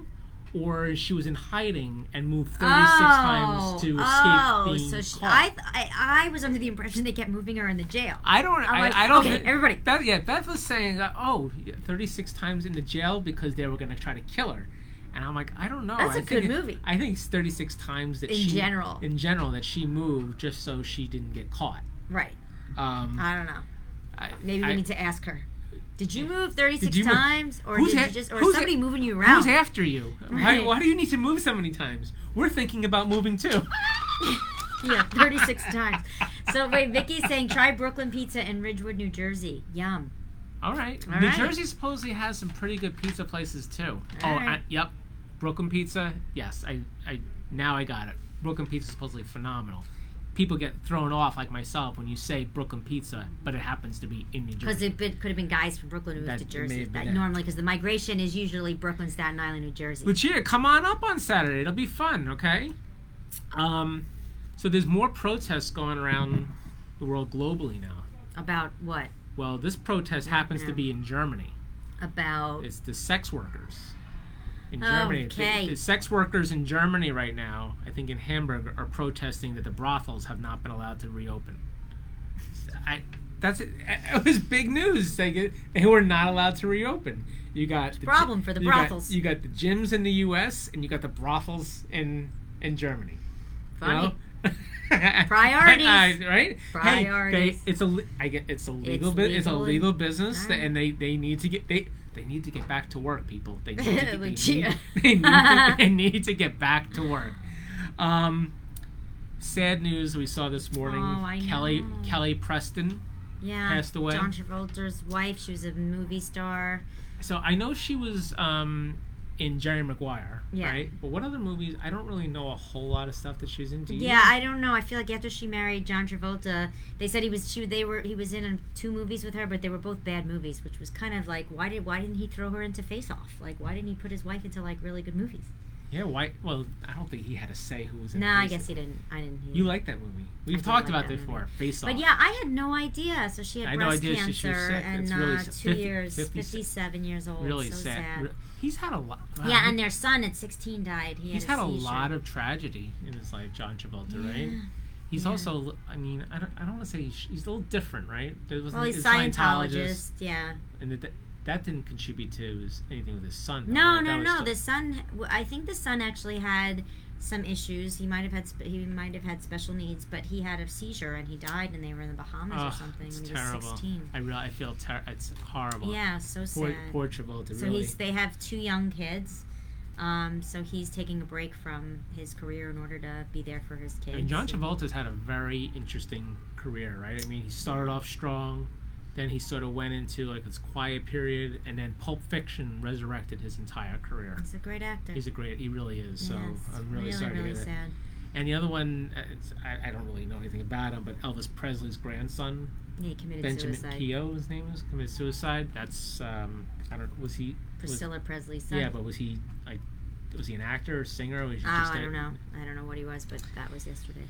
[SPEAKER 2] or she was in hiding and moved 36 times to escape
[SPEAKER 1] oh,
[SPEAKER 2] being
[SPEAKER 1] so she,
[SPEAKER 2] caught.
[SPEAKER 1] I, th- I I was under the impression they kept moving her in the jail.
[SPEAKER 2] I don't.
[SPEAKER 1] I'm
[SPEAKER 2] I,
[SPEAKER 1] like,
[SPEAKER 2] I don't.
[SPEAKER 1] okay,
[SPEAKER 2] thi-
[SPEAKER 1] everybody.
[SPEAKER 2] Beth, yeah, Beth was saying that. Oh, yeah, 36 times in the jail because they were going to try to kill her, and I'm like, I don't know.
[SPEAKER 1] That's
[SPEAKER 2] I
[SPEAKER 1] a good
[SPEAKER 2] think it-
[SPEAKER 1] movie.
[SPEAKER 2] I think it's 36 times that
[SPEAKER 1] In
[SPEAKER 2] she,
[SPEAKER 1] general.
[SPEAKER 2] in general, that she moved just so she didn't get caught.
[SPEAKER 1] Right.
[SPEAKER 2] Um,
[SPEAKER 1] I don't know.
[SPEAKER 2] I-
[SPEAKER 1] Maybe
[SPEAKER 2] I-
[SPEAKER 1] we need to ask her. Did you move 36
[SPEAKER 2] Did you move-
[SPEAKER 1] times, or
[SPEAKER 2] Who's
[SPEAKER 1] did
[SPEAKER 2] a-
[SPEAKER 1] you just, or
[SPEAKER 2] who's a-
[SPEAKER 1] somebody moving you
[SPEAKER 2] Who's
[SPEAKER 1] around?
[SPEAKER 2] after you? Why,
[SPEAKER 1] Right.
[SPEAKER 2] why do you need to move so many times? We're thinking about moving too.
[SPEAKER 1] yeah, 36 times. So wait, Vicky's saying try Brooklyn pizza in Ridgewood, New Jersey. Yum.
[SPEAKER 2] All right.
[SPEAKER 1] All
[SPEAKER 2] New
[SPEAKER 1] right.
[SPEAKER 2] Jersey supposedly has some pretty good pizza places too.
[SPEAKER 1] All
[SPEAKER 2] oh,
[SPEAKER 1] right.
[SPEAKER 2] I, yep. Brooklyn Pizza. Yes, I, I now I got it. Brooklyn Pizza is supposedly phenomenal. People get thrown off like myself when you say Brooklyn Pizza, but it happens to be in New
[SPEAKER 1] Because
[SPEAKER 2] Jersey.
[SPEAKER 1] it been, could have been guys from Brooklyn who moved
[SPEAKER 2] That
[SPEAKER 1] to
[SPEAKER 2] may
[SPEAKER 1] Jersey.
[SPEAKER 2] have
[SPEAKER 1] That
[SPEAKER 2] been it.
[SPEAKER 1] normally, because the migration is usually Brooklyn, Staten Island, New Jersey.
[SPEAKER 2] Lucia, come on up on Saturday. It'll be fun, okay? Um, so there's more protests going around the world globally now.
[SPEAKER 1] About what?
[SPEAKER 2] Well, this protest happens to
[SPEAKER 1] Yeah.
[SPEAKER 2] be in Germany.
[SPEAKER 1] About
[SPEAKER 2] It's the sex workers in Germany. The-
[SPEAKER 1] Okay.
[SPEAKER 2] The, sex workers in Germany right now, I think in Hamburg, are protesting that the brothels have not been allowed to reopen. I, that's it. It was big news. They get, they were not allowed to reopen. You got the
[SPEAKER 1] problem for the
[SPEAKER 2] you got-
[SPEAKER 1] brothels.
[SPEAKER 2] You got, the gyms in the U.S. and you got the brothels in in Germany. you
[SPEAKER 1] Funny.
[SPEAKER 2] know?
[SPEAKER 1] Priorities.
[SPEAKER 2] I- right? Hey,
[SPEAKER 1] Priorities.
[SPEAKER 2] they, it's a. li- I get it's a legal.
[SPEAKER 1] It's
[SPEAKER 2] bu- It's a
[SPEAKER 1] legal and-
[SPEAKER 2] legal business,
[SPEAKER 1] Right.
[SPEAKER 2] and they they need to get they they need to get back to work, people. They need to get, they,
[SPEAKER 1] Lucia.
[SPEAKER 2] need, they, need to, they need to get back to work. Um, sad news we saw this morning.
[SPEAKER 1] Oh, I
[SPEAKER 2] Kelly
[SPEAKER 1] know.
[SPEAKER 2] Kelly Preston.
[SPEAKER 1] yeah,
[SPEAKER 2] passed away.
[SPEAKER 1] John Travolta's wife. She was a movie star.
[SPEAKER 2] So I know she was um in Jerry Maguire,
[SPEAKER 1] Yeah.
[SPEAKER 2] right? But what other movies? I don't really know a whole lot of stuff that she was in. Do you?
[SPEAKER 1] Yeah, I don't know. I feel like after she married John Travolta, they said he was she they were he was in um, two movies with her, but they were both bad movies, which was kind of like why did why didn't he throw her into Face Off? Like why didn't he put his wife into like really good movies?
[SPEAKER 2] Yeah. Why? Well, I don't think he had a say who was in.
[SPEAKER 1] No, I
[SPEAKER 2] Face Off.
[SPEAKER 1] guess he didn't. I didn't. He
[SPEAKER 2] You like that movie? We've
[SPEAKER 1] do
[SPEAKER 2] talked
[SPEAKER 1] like
[SPEAKER 2] about
[SPEAKER 1] that
[SPEAKER 2] this
[SPEAKER 1] movie.
[SPEAKER 2] before. Face Off.
[SPEAKER 1] But yeah, I had no idea. So she had
[SPEAKER 2] I had no
[SPEAKER 1] breast
[SPEAKER 2] idea she-
[SPEAKER 1] cancer
[SPEAKER 2] she was sick.
[SPEAKER 1] and
[SPEAKER 2] It's really
[SPEAKER 1] uh,
[SPEAKER 2] sad.
[SPEAKER 1] two
[SPEAKER 2] 50
[SPEAKER 1] years,
[SPEAKER 2] 50
[SPEAKER 1] fifty-seven years old.
[SPEAKER 2] really
[SPEAKER 1] so
[SPEAKER 2] sad. Re- He's had a lot. wow,
[SPEAKER 1] Yeah,
[SPEAKER 2] he-
[SPEAKER 1] and their son at sixteen died. He
[SPEAKER 2] he's
[SPEAKER 1] had
[SPEAKER 2] had a
[SPEAKER 1] a seizure.
[SPEAKER 2] lot of tragedy in his life, John Travolta, right?
[SPEAKER 1] Yeah.
[SPEAKER 2] He's
[SPEAKER 1] Yeah.
[SPEAKER 2] also, l- I mean, I don't, I don't want to say he's, he's a little different, right? There was
[SPEAKER 1] Well,
[SPEAKER 2] a-
[SPEAKER 1] he's
[SPEAKER 2] a
[SPEAKER 1] Scientologist. Yeah.
[SPEAKER 2] and that that didn't contribute to his, anything with his son. though,
[SPEAKER 1] No,
[SPEAKER 2] right? That
[SPEAKER 1] no,
[SPEAKER 2] was
[SPEAKER 1] no.
[SPEAKER 2] still-
[SPEAKER 1] The son. I think the son actually had some issues. He might have had. sp- He might have had special needs, but he had a seizure and he died. And they were in the Bahamas or
[SPEAKER 2] Ugh,
[SPEAKER 1] something
[SPEAKER 2] it's
[SPEAKER 1] when he was
[SPEAKER 2] terrible.
[SPEAKER 1] sixteen.
[SPEAKER 2] I really, I feel ter- it's horrible.
[SPEAKER 1] Yeah, so sad.
[SPEAKER 2] poor, poor Travolta.
[SPEAKER 1] so
[SPEAKER 2] really.
[SPEAKER 1] he's. They have two young kids. Um, so he's taking a break from his career in order to be there for his kids.
[SPEAKER 2] And John
[SPEAKER 1] and-
[SPEAKER 2] Travolta's had a very interesting career, right? I mean, he started off strong, then he sort of went into like this quiet period, and then Pulp Fiction resurrected his entire career.
[SPEAKER 1] He's a great actor.
[SPEAKER 2] He's a great, he really is. So
[SPEAKER 1] Yeah, it's
[SPEAKER 2] I'm really, sorry
[SPEAKER 1] really
[SPEAKER 2] to hear that.
[SPEAKER 1] sad.
[SPEAKER 2] And the other one, uh, it's, I, I don't really know anything about him, but Elvis Presley's grandson,
[SPEAKER 1] Yeah, he committed
[SPEAKER 2] Benjamin
[SPEAKER 1] suicide.
[SPEAKER 2] Keogh, his name is, committed suicide. That's, um, I don't, was he? was-
[SPEAKER 1] Priscilla Presley's son.
[SPEAKER 2] yeah, but was he like, was he an actor or singer? Or was he
[SPEAKER 1] oh,
[SPEAKER 2] just
[SPEAKER 1] I
[SPEAKER 2] a-
[SPEAKER 1] don't know. I don't know what he was, but that was yesterday.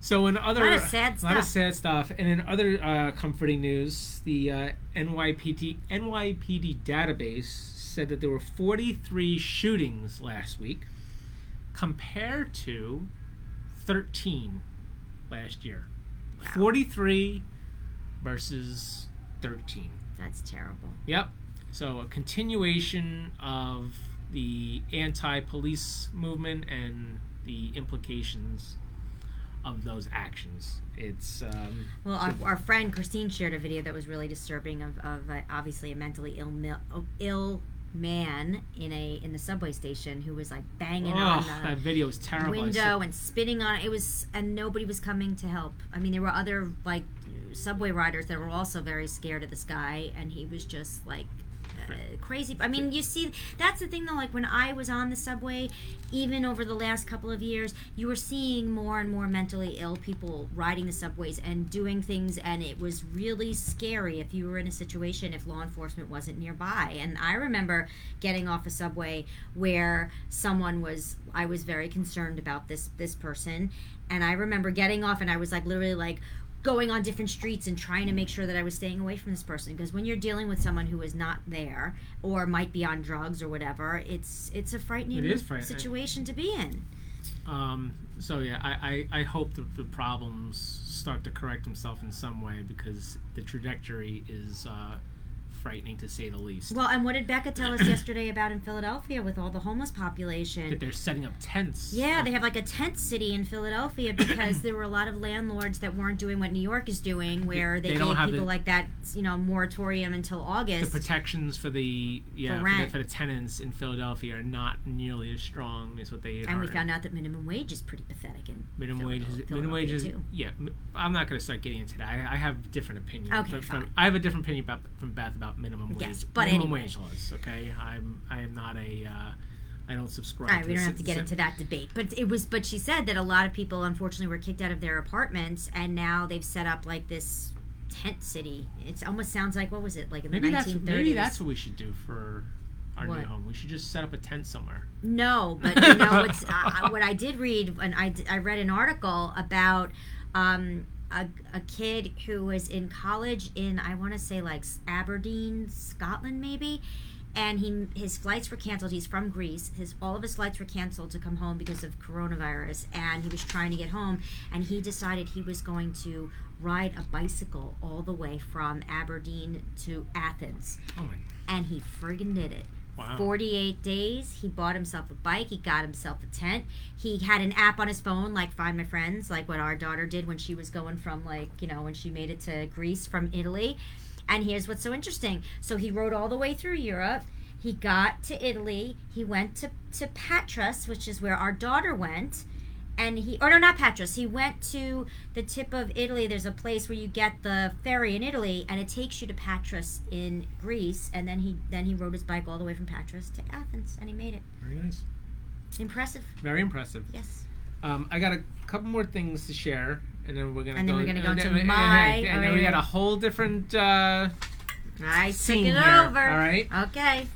[SPEAKER 2] So in other
[SPEAKER 1] Lot of sad
[SPEAKER 2] lot
[SPEAKER 1] stuff.
[SPEAKER 2] of sad stuff. and in other uh, comforting news, the uh, NYPD NYPD database said that there were 43 shootings last week, compared to 13 last year. 43 versus 13.
[SPEAKER 1] That's terrible.
[SPEAKER 2] Yep. So a continuation of the anti-police movement and the implications of those actions. It's um,
[SPEAKER 1] Well, our, our friend Christine shared a video that was really disturbing of, of uh, obviously a mentally ill mil- oh, ill man in a in the subway station who was like banging
[SPEAKER 2] ugh, that
[SPEAKER 1] on
[SPEAKER 2] video is
[SPEAKER 1] the
[SPEAKER 2] terrible. I
[SPEAKER 1] window and spitting on it. It was and nobody was coming to help. I mean, there were other like subway riders that were also very scared of this guy, and he was just like. Uh, crazy. I mean, you see, that's the thing though. Like when I was on the subway, even over the last couple of years, you were seeing more and more mentally ill people riding the subways and doing things, and it was really scary if you were in a situation if law enforcement wasn't nearby. And I remember getting off a subway where someone was, I was very concerned about this this person, and I remember getting off, and I was like literally like going on different streets and trying to make sure that I was staying away from this person because when you're dealing with someone who is not there or might be on drugs or whatever, it's it's a frightening,
[SPEAKER 2] It is frightening.
[SPEAKER 1] situation to be in.
[SPEAKER 2] Um, so yeah, I, I, I hope that the problems start to correct themselves in some way because the trajectory is uh, frightening to say the least.
[SPEAKER 1] Well, and what did Becca tell us yesterday about in Philadelphia with all the homeless population?
[SPEAKER 2] that they're setting up tents.
[SPEAKER 1] Yeah, they have like a tent city in Philadelphia because there were a lot of landlords that weren't doing what New York is doing, where they,
[SPEAKER 2] They
[SPEAKER 1] gave
[SPEAKER 2] don't have
[SPEAKER 1] people
[SPEAKER 2] the-
[SPEAKER 1] like that, you know, moratorium until
[SPEAKER 2] The
[SPEAKER 1] August.
[SPEAKER 2] protections for the yeah for, the,
[SPEAKER 1] rent.
[SPEAKER 2] for the tenants in Philadelphia are not nearly as strong as what they
[SPEAKER 1] and
[SPEAKER 2] are.
[SPEAKER 1] we found out that minimum wage is pretty pathetic. In
[SPEAKER 2] minimum
[SPEAKER 1] Philad-
[SPEAKER 2] wages.
[SPEAKER 1] Philadelphia,
[SPEAKER 2] Minimum wages.
[SPEAKER 1] too.
[SPEAKER 2] Yeah, m- I'm not going to start getting into that. I, I have different opinions.
[SPEAKER 1] Okay,
[SPEAKER 2] but from,
[SPEAKER 1] fine.
[SPEAKER 2] I have a different opinion about, from Beth about minimum wage.
[SPEAKER 1] Yes, but
[SPEAKER 2] minimum
[SPEAKER 1] anyway.
[SPEAKER 2] wage laws. Okay, I'm I am not a. Uh, I don't subscribe.
[SPEAKER 1] All right,
[SPEAKER 2] to
[SPEAKER 1] we
[SPEAKER 2] the
[SPEAKER 1] don't have
[SPEAKER 2] sit-
[SPEAKER 1] to get
[SPEAKER 2] sit-
[SPEAKER 1] into that debate, but it was. But she said that a lot of people, unfortunately, were kicked out of their apartments, and now they've set up like this tent city. It almost sounds like what was it like in
[SPEAKER 2] Maybe
[SPEAKER 1] the
[SPEAKER 2] that's
[SPEAKER 1] 1930s?
[SPEAKER 2] maybe that's what we should do for our
[SPEAKER 1] What?
[SPEAKER 2] new home. We should just set up a tent somewhere.
[SPEAKER 1] No, but you know what's, uh, what I did read, and I, d- I read an article about um, a, a kid who was in college in I want to say like S- Aberdeen, Scotland, maybe, and he his flights were canceled. He's from Greece. His all of his flights were canceled to come home because of coronavirus, and he was trying to get home, and he decided he was going to ride a bicycle all the way from Aberdeen to Athens
[SPEAKER 2] Oh my!
[SPEAKER 1] and he friggin' did it.
[SPEAKER 2] Wow.
[SPEAKER 1] 48 days. He bought himself a bike. He got himself a tent. He had an app on his phone, like Find My Friends, like what our daughter did when she was going from, like, you know, when she made it to Greece from Italy. And here's what's so interesting. So he rode all the way through Europe. He got to Italy. He went to, to Patras, which is where our daughter went. And he, or no, not Patras. He went to the tip of Italy. There's a place where you get the ferry in Italy, and it takes you to Patras in Greece. And then he, then he rode his bike all the way from Patras to Athens, and he made it.
[SPEAKER 2] Very nice.
[SPEAKER 1] Impressive,
[SPEAKER 2] Very impressive.
[SPEAKER 1] yes.
[SPEAKER 2] Um, I got a couple more things to share, and then we're gonna.
[SPEAKER 1] And
[SPEAKER 2] go,
[SPEAKER 1] then we're gonna go
[SPEAKER 2] and then
[SPEAKER 1] to
[SPEAKER 2] we- and
[SPEAKER 1] my-
[SPEAKER 2] then- And then we
[SPEAKER 1] alright.
[SPEAKER 2] got a whole different uh,
[SPEAKER 1] I took
[SPEAKER 2] scene
[SPEAKER 1] it
[SPEAKER 2] here.
[SPEAKER 1] over.
[SPEAKER 2] All right.
[SPEAKER 1] Okay.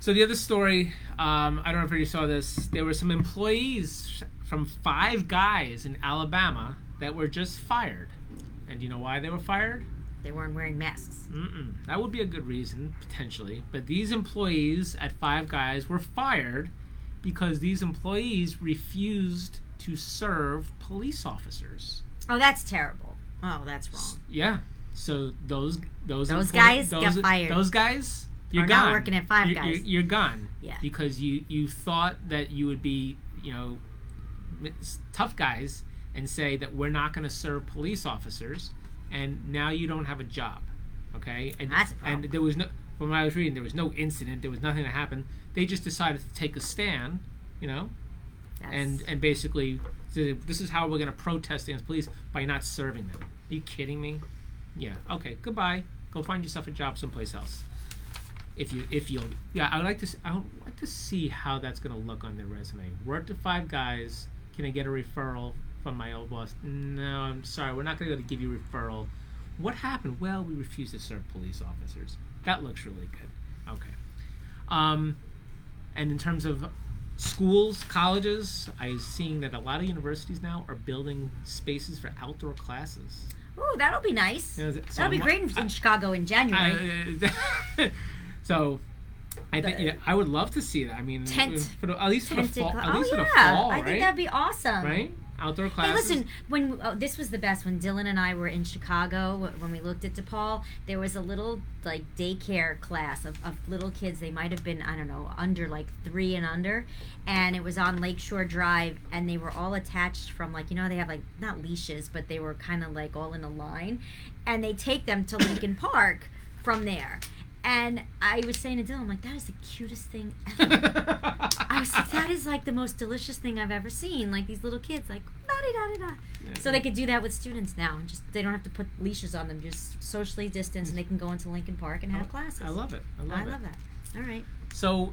[SPEAKER 2] So the other story, um, I don't know if you saw this. There were some employees from five guys in Alabama that were just fired, and do you know why they were fired?
[SPEAKER 1] They weren't wearing masks.
[SPEAKER 2] Mm-mm. That would be a good reason, potentially. But these employees at Five Guys were fired because these employees refused to serve police officers.
[SPEAKER 1] Oh, that's terrible. Oh, that's wrong.
[SPEAKER 2] Yeah. So those those
[SPEAKER 1] Those
[SPEAKER 2] employ-
[SPEAKER 1] guys got fired.
[SPEAKER 2] Those guys, you're
[SPEAKER 1] Are not
[SPEAKER 2] gone.
[SPEAKER 1] working at Five
[SPEAKER 2] You're-
[SPEAKER 1] Guys.
[SPEAKER 2] You're, you're gone.
[SPEAKER 1] Yeah.
[SPEAKER 2] Because you you thought that you would be you know s- tough guys and say that we're not going to serve police officers, and now you don't have a job. Okay. And,
[SPEAKER 1] That's a problem.
[SPEAKER 2] and there was no from what I was reading there was no incident. There was nothing that happened. They just decided to take a stand. You know
[SPEAKER 1] That's,
[SPEAKER 2] and and basically th- this is how we're going to protest against police by not serving them. Are you kidding me? Yeah. Okay. Goodbye. Go find yourself a job someplace else. If you if you will yeah, I would like to s- I would like to see how that's going to look on their resume. Worked at Five Guys. Can I get a referral from my old boss? No, I'm sorry. We're not going to be able to give you a referral. What happened? Well, we refuse to serve police officers. That looks really good. Okay. Um, and in terms of schools, colleges, I'm seeing that a lot of universities now are building spaces for outdoor classes.
[SPEAKER 1] Ooh, that'll be nice.
[SPEAKER 2] You know, so
[SPEAKER 1] That'll be
[SPEAKER 2] I'm-
[SPEAKER 1] great in, in Chicago in January.
[SPEAKER 2] I- so, I think yeah, I would love to see that. I mean,
[SPEAKER 1] Tent.
[SPEAKER 2] for the, at least for the
[SPEAKER 1] Tented
[SPEAKER 2] fall.
[SPEAKER 1] cla-
[SPEAKER 2] At least
[SPEAKER 1] oh
[SPEAKER 2] for the
[SPEAKER 1] yeah,
[SPEAKER 2] fall,
[SPEAKER 1] I
[SPEAKER 2] right?
[SPEAKER 1] think that'd be awesome.
[SPEAKER 2] right? outdoor
[SPEAKER 1] Hey,
[SPEAKER 2] classes.
[SPEAKER 1] listen. When oh, this was the best when Dylan and I were in Chicago when we looked at DePaul, there was a little like daycare class of, of little kids. They might have been I don't know under like three and under, and it was on Lakeshore Drive, and they were all attached from like you know they have like not leashes, but they were kind of like all in a line, and they take them to Lincoln Park from there. And I was saying to Dylan, I'm like, that is the cutest thing ever. I was like, that is like the most delicious thing I've ever seen. Like these little kids, like da da da da. So they could do that with students now, and just they don't have to put leashes on them. Just socially distance, and they can go into Lincoln Park and have classes.
[SPEAKER 2] Oh, I love it. I love
[SPEAKER 1] I
[SPEAKER 2] it.
[SPEAKER 1] love that. All right.
[SPEAKER 2] So,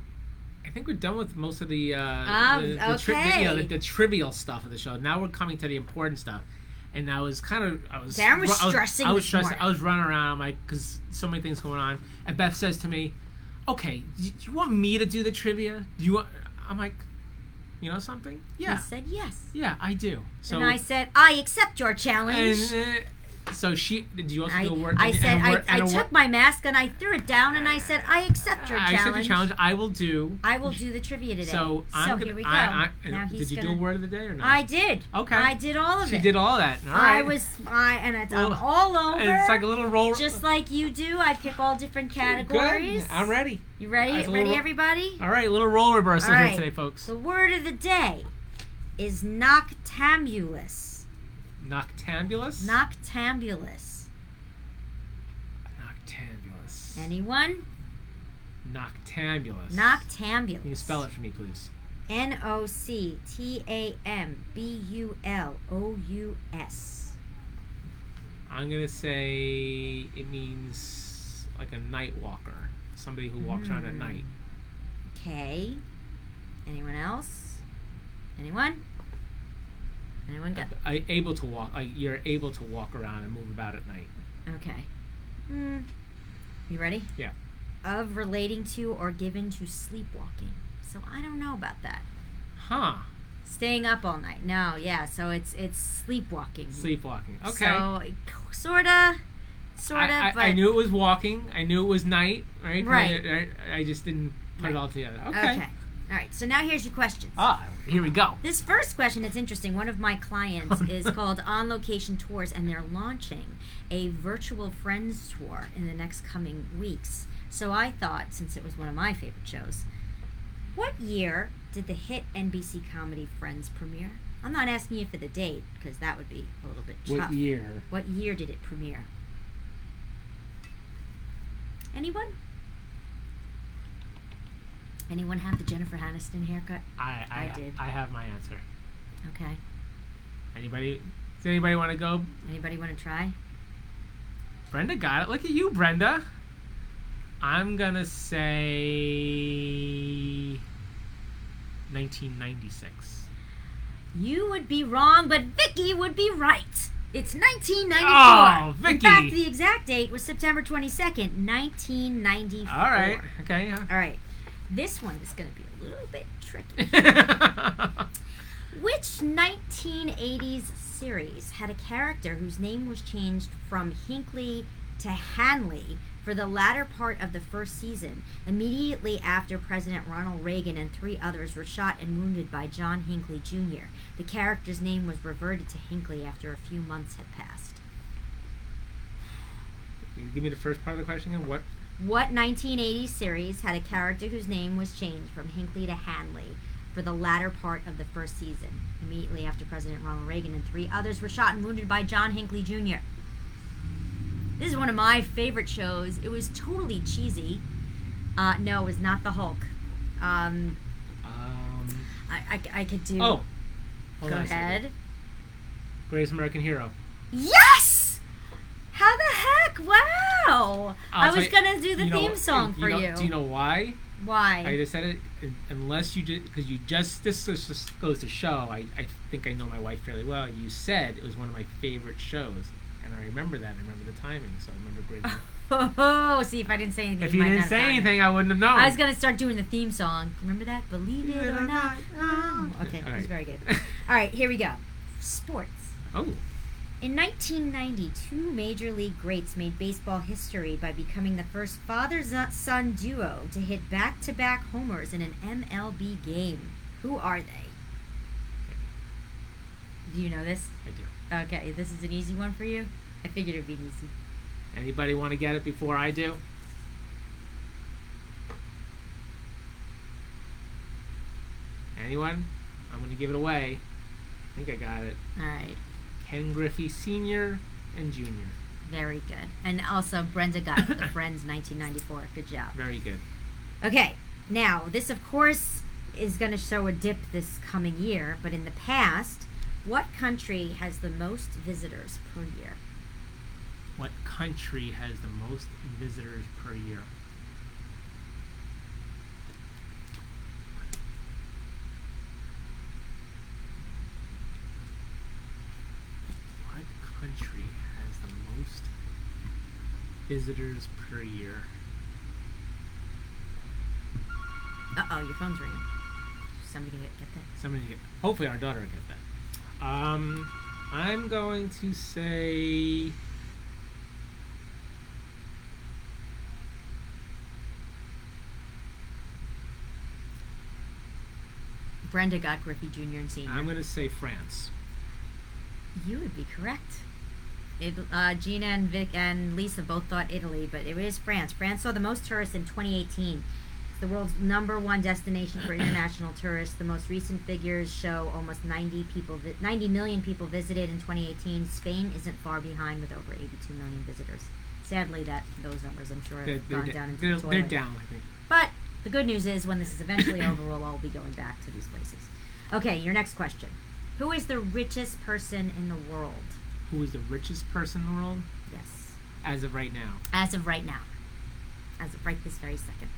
[SPEAKER 2] I think we're done with most of the uh,
[SPEAKER 1] Ah,
[SPEAKER 2] the, the, tri- the, you know,
[SPEAKER 1] okay.
[SPEAKER 2] the, the trivial stuff of the show. Now we're coming to the important stuff. And I was kind of I was
[SPEAKER 1] Darren was
[SPEAKER 2] I
[SPEAKER 1] stressing
[SPEAKER 2] I was
[SPEAKER 1] this
[SPEAKER 2] I
[SPEAKER 1] morning.
[SPEAKER 2] was running around like because so many things going on. And Beth says to me, "Okay, do you want me to do the trivia? Do you?" Want, I'm like, "You know something?
[SPEAKER 1] I
[SPEAKER 2] Yeah,
[SPEAKER 1] said yes,
[SPEAKER 2] yeah, I do." So
[SPEAKER 1] and I said I accept your challenge.
[SPEAKER 2] and, uh, so she did you also
[SPEAKER 1] I,
[SPEAKER 2] do a word?
[SPEAKER 1] I
[SPEAKER 2] and-
[SPEAKER 1] said
[SPEAKER 2] and a
[SPEAKER 1] I,
[SPEAKER 2] word-
[SPEAKER 1] I
[SPEAKER 2] and a word-
[SPEAKER 1] took my mask and I threw it down and I said I accept your
[SPEAKER 2] I
[SPEAKER 1] challenge.
[SPEAKER 2] accept the challenge. I will do.
[SPEAKER 1] I will do the trivia today.
[SPEAKER 2] So I'm gonna.
[SPEAKER 1] here we go.
[SPEAKER 2] I, I,
[SPEAKER 1] now he's
[SPEAKER 2] did you
[SPEAKER 1] gonna-
[SPEAKER 2] do a word of the day or not?
[SPEAKER 1] I did.
[SPEAKER 2] Okay.
[SPEAKER 1] I did all of
[SPEAKER 2] She
[SPEAKER 1] it.
[SPEAKER 2] did all that. All right.
[SPEAKER 1] I was I and it's, I'm
[SPEAKER 2] Well,
[SPEAKER 1] all over.
[SPEAKER 2] And it's like a little roll.
[SPEAKER 1] just like you do, I pick all different categories.
[SPEAKER 2] Good. I'm ready.
[SPEAKER 1] You ready?
[SPEAKER 2] It's a
[SPEAKER 1] ready,
[SPEAKER 2] little-
[SPEAKER 1] everybody?
[SPEAKER 2] All right, a little roll reversal
[SPEAKER 1] All right.
[SPEAKER 2] here today, folks.
[SPEAKER 1] The word of the day is noctambulous.
[SPEAKER 2] Noctambulous.
[SPEAKER 1] Noctambulous.
[SPEAKER 2] Noctambulous.
[SPEAKER 1] Anyone?
[SPEAKER 2] Noctambulous.
[SPEAKER 1] Noctambulous.
[SPEAKER 2] Can you spell it for me, please?
[SPEAKER 1] N O C T A M B U L O U S.
[SPEAKER 2] I'm gonna say it means like a night walker, somebody who walks around at
[SPEAKER 1] Hmm.
[SPEAKER 2] night.
[SPEAKER 1] Okay. Anyone else? Anyone? Anyone got
[SPEAKER 2] I, able to walk. Like you're able to walk around and move about at night.
[SPEAKER 1] Okay. Hmm. You ready?
[SPEAKER 2] Yeah.
[SPEAKER 1] Of relating to or given to sleepwalking. So I don't know about that.
[SPEAKER 2] Huh?
[SPEAKER 1] Staying up all night. No, yeah. So it's it's sleepwalking.
[SPEAKER 2] Sleepwalking. Okay.
[SPEAKER 1] So sorta, sorta,
[SPEAKER 2] I, I,
[SPEAKER 1] but
[SPEAKER 2] I knew it was walking. I knew it was night. Right.
[SPEAKER 1] Right.
[SPEAKER 2] I- I, I just didn't put
[SPEAKER 1] Right.
[SPEAKER 2] it all together.
[SPEAKER 1] okay. All right. So now here's your questions.
[SPEAKER 2] Ah, here we go.
[SPEAKER 1] This first question is interesting. One of my clients is called On Location Tours, and they're launching a virtual friends tour in the next coming weeks. So I thought, since it was one of my favorite shows, what year did the hit NBC comedy Friends premiere? I'm not asking you for the date because that would be a little bit tough.
[SPEAKER 2] year?
[SPEAKER 1] What year did it premiere? Anyone? Anyone have the Jennifer Aniston haircut?
[SPEAKER 2] I I,
[SPEAKER 1] I did.
[SPEAKER 2] I have my answer.
[SPEAKER 1] Okay.
[SPEAKER 2] Anybody? Does anybody want to go?
[SPEAKER 1] Anybody want to try?
[SPEAKER 2] Brenda got it. Look at you, Brenda. I'm gonna say 1996.
[SPEAKER 1] You would be wrong, but Vicky would be right. It's 1994.
[SPEAKER 2] Oh,
[SPEAKER 1] In fact,
[SPEAKER 2] Vicky.
[SPEAKER 1] the exact date was September 22nd, 1994.
[SPEAKER 2] All right. Okay. yeah.
[SPEAKER 1] All right. This one is going to be a little bit tricky. Which 1980s series had a character whose name was changed from Hinkley to Hanley for the latter part of the first season, immediately after President Ronald Reagan and three others were shot and wounded by John Hinkley Jr.? The character's name was reverted to Hinkley after a few months had passed.
[SPEAKER 2] Give me the first part of the question again. What?
[SPEAKER 1] What 1980s series had a character whose name was changed from Hinckley to Hanley for the latter part of the first season, immediately after President Ronald Reagan and three others were shot and wounded by John Hinckley Jr.? This is one of my favorite shows. It was totally cheesy. Uh, no, it was not the Hulk. Um,
[SPEAKER 2] Um,
[SPEAKER 1] I, I, I could do.
[SPEAKER 2] oh. Hold
[SPEAKER 1] go
[SPEAKER 2] on a second.
[SPEAKER 1] ahead.
[SPEAKER 2] Greatest American Hero.
[SPEAKER 1] Yes! How the heck? Wow! I
[SPEAKER 2] I'll
[SPEAKER 1] was
[SPEAKER 2] tell you-
[SPEAKER 1] gonna do the
[SPEAKER 2] you know-
[SPEAKER 1] theme song
[SPEAKER 2] you
[SPEAKER 1] for
[SPEAKER 2] know-
[SPEAKER 1] you.
[SPEAKER 2] Do you know why?
[SPEAKER 1] Why?
[SPEAKER 2] I just said it un- unless you did because you just this just just goes to show I, I think I know my wife fairly well. You said it was one of my favorite shows, and I remember that. I remember the timing, so I remember great.
[SPEAKER 1] Oh, see if I didn't say anything.
[SPEAKER 2] if you
[SPEAKER 1] might
[SPEAKER 2] didn't
[SPEAKER 1] not have
[SPEAKER 2] say
[SPEAKER 1] gotten it.
[SPEAKER 2] anything, I wouldn't have known.
[SPEAKER 1] I was gonna start doing the theme song. Remember that? Believe it or not. Oh, okay,
[SPEAKER 2] All
[SPEAKER 1] that was
[SPEAKER 2] right.
[SPEAKER 1] very good. All right, here we go. Sports.
[SPEAKER 2] oh,
[SPEAKER 1] In 1990, two major league greats made baseball history by becoming the first father-son duo to hit back-to-back homers in an MLB game. Who are they? Do you know this?
[SPEAKER 2] I do.
[SPEAKER 1] Okay, this is an easy one for you. I figured it'd be easy.
[SPEAKER 2] Anybody want to get it before I do? Anyone? I'm going to give it away. I think I got it.
[SPEAKER 1] All right,
[SPEAKER 2] Ken Griffey Sr. and Jr.
[SPEAKER 1] very good. And also, Brenda got the Friends 1994. Good job.
[SPEAKER 2] Very good.
[SPEAKER 1] Okay, now this, of course, is going to show a dip this coming year, but in the past, what country has the most visitors per year?
[SPEAKER 2] What country has the most visitors per year? What country has the most visitors per year?
[SPEAKER 1] Uh oh, your phone's ringing. Somebody gonna get that.
[SPEAKER 2] Somebody, get, hopefully, our daughter will get that. Um, I'm going to say.
[SPEAKER 1] Brenda got Griffey Jr. and Senior.
[SPEAKER 2] I'm going to say France.
[SPEAKER 1] You would be correct. It, uh, Gina and Vic and Lisa both thought Italy, but it is France. France saw the most tourists in 2018. It's the world's number one destination for international tourists. The most recent figures show almost 90 people, vi- 90 million people visited in 2018. Spain isn't far behind with over 82 million visitors. Sadly, that those numbers, I'm sure, have
[SPEAKER 2] They're, they're
[SPEAKER 1] gone
[SPEAKER 2] da-
[SPEAKER 1] down into
[SPEAKER 2] they're-
[SPEAKER 1] the toilet.
[SPEAKER 2] they're down, I think.
[SPEAKER 1] But the good news is, when this is eventually over, we'll all be going back to these places. Okay, your next question: Who is the richest person in the world?
[SPEAKER 2] Who is the richest person in the world
[SPEAKER 1] Yes.
[SPEAKER 2] as of right now?
[SPEAKER 1] As of right now. As of right this very second.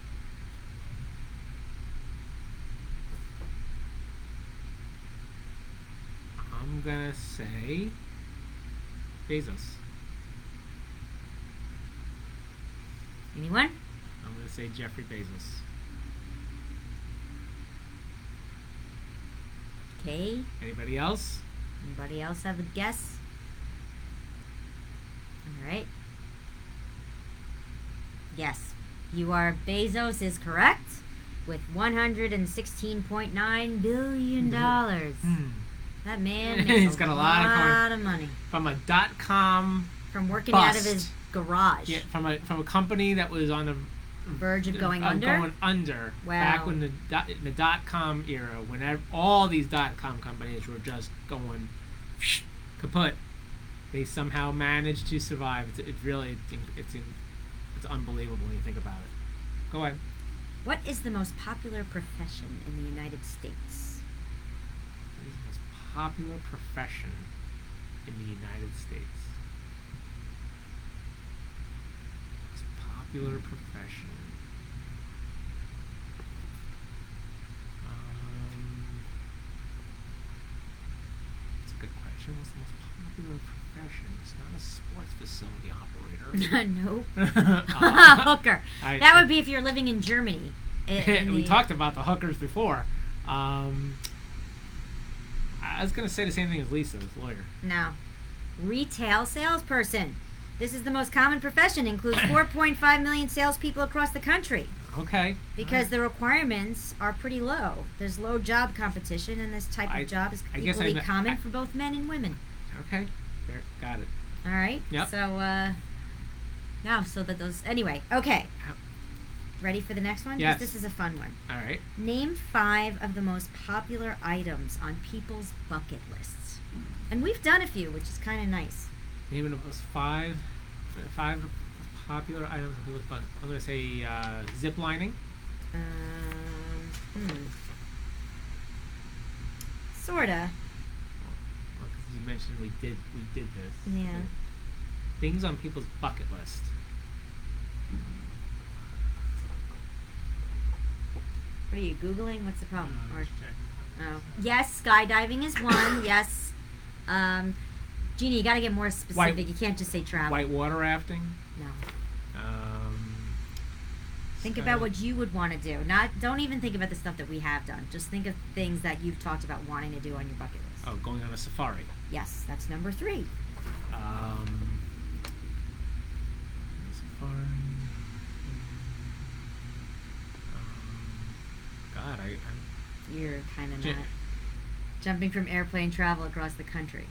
[SPEAKER 2] I'm gonna say Bezos.
[SPEAKER 1] Anyone?
[SPEAKER 2] I'm gonna say Jeffrey Bezos.
[SPEAKER 1] Okay.
[SPEAKER 2] Anybody else?
[SPEAKER 1] Anybody else have a guess? All right. Yes, you are. Bezos is correct with $116.9 billion.
[SPEAKER 2] Mm-hmm. Hmm.
[SPEAKER 1] That man makes
[SPEAKER 2] He's
[SPEAKER 1] a
[SPEAKER 2] got a lot of coin.
[SPEAKER 1] lot of money
[SPEAKER 2] From a dot com,
[SPEAKER 1] from working out of his
[SPEAKER 2] Bust.
[SPEAKER 1] garage.
[SPEAKER 2] yeah, from a from a company that was on the
[SPEAKER 1] Verge of going
[SPEAKER 2] uh,
[SPEAKER 1] under.
[SPEAKER 2] going under. Back
[SPEAKER 1] Wow.
[SPEAKER 2] when the dot, the dot com era, when ev- all these dot com companies were just going kaput, they somehow managed to survive. It's, it's really it's it's, it's unbelievable when you think about it. Go ahead.
[SPEAKER 1] What is the most popular profession in the United States?
[SPEAKER 2] What is the most popular profession in the United States? Most popular profession. Um, that's a good question. What's the most popular profession? It's not a sports facility operator.
[SPEAKER 1] nope.
[SPEAKER 2] Uh,
[SPEAKER 1] hooker.
[SPEAKER 2] I-
[SPEAKER 1] that
[SPEAKER 2] I-
[SPEAKER 1] would be if you're living in Germany. I- in
[SPEAKER 2] we
[SPEAKER 1] the-
[SPEAKER 2] talked about the hookers before. Um, I was gonna say the same thing as Lisa, as lawyer.
[SPEAKER 1] No. Retail salesperson. This is the most common profession. Includes 4.5 million salespeople across the country
[SPEAKER 2] Okay.
[SPEAKER 1] because the requirements are pretty low. There's low job competition, and this type of
[SPEAKER 2] I-
[SPEAKER 1] job is
[SPEAKER 2] I guess I
[SPEAKER 1] equally
[SPEAKER 2] kn-
[SPEAKER 1] common
[SPEAKER 2] I-
[SPEAKER 1] for both men and women.
[SPEAKER 2] okay, there, got it.
[SPEAKER 1] All right.
[SPEAKER 2] Yep.
[SPEAKER 1] So, uh, no, so that those. Anyway, okay.
[SPEAKER 2] Ow.
[SPEAKER 1] Ready for the next one? 'Cause
[SPEAKER 2] Yes.
[SPEAKER 1] This is a fun one.
[SPEAKER 2] All right.
[SPEAKER 1] Name five of the most popular items on people's bucket lists. And we've done a few, which is kind of nice.
[SPEAKER 2] Name of us five, five popular items. on people's bucket. I'm gonna say uh, zip lining.
[SPEAKER 1] Um, hmm. Sorta.
[SPEAKER 2] Well, 'cause you mentioned we did we did this.
[SPEAKER 1] Yeah.
[SPEAKER 2] Things on people's bucket list.
[SPEAKER 1] What are you googling? What's the problem?
[SPEAKER 2] Uh,
[SPEAKER 1] Or
[SPEAKER 2] check.
[SPEAKER 1] oh. yes, skydiving is one. yes. Um, Jeannie, you got to get more specific. You can't just say travel.
[SPEAKER 2] White water rafting.
[SPEAKER 1] No.
[SPEAKER 2] Um,
[SPEAKER 1] Think
[SPEAKER 2] sky-
[SPEAKER 1] about what you would want to do. Not. Don't even think about the stuff that we have done. Just think of things that you've talked about wanting to do on your bucket list.
[SPEAKER 2] Oh, going on a safari.
[SPEAKER 1] Yes, that's number three.
[SPEAKER 2] Um, safari. Um, God, I, I Um,
[SPEAKER 1] You're kind of
[SPEAKER 2] Jan-
[SPEAKER 1] not. Jumping from airplane travel across the country.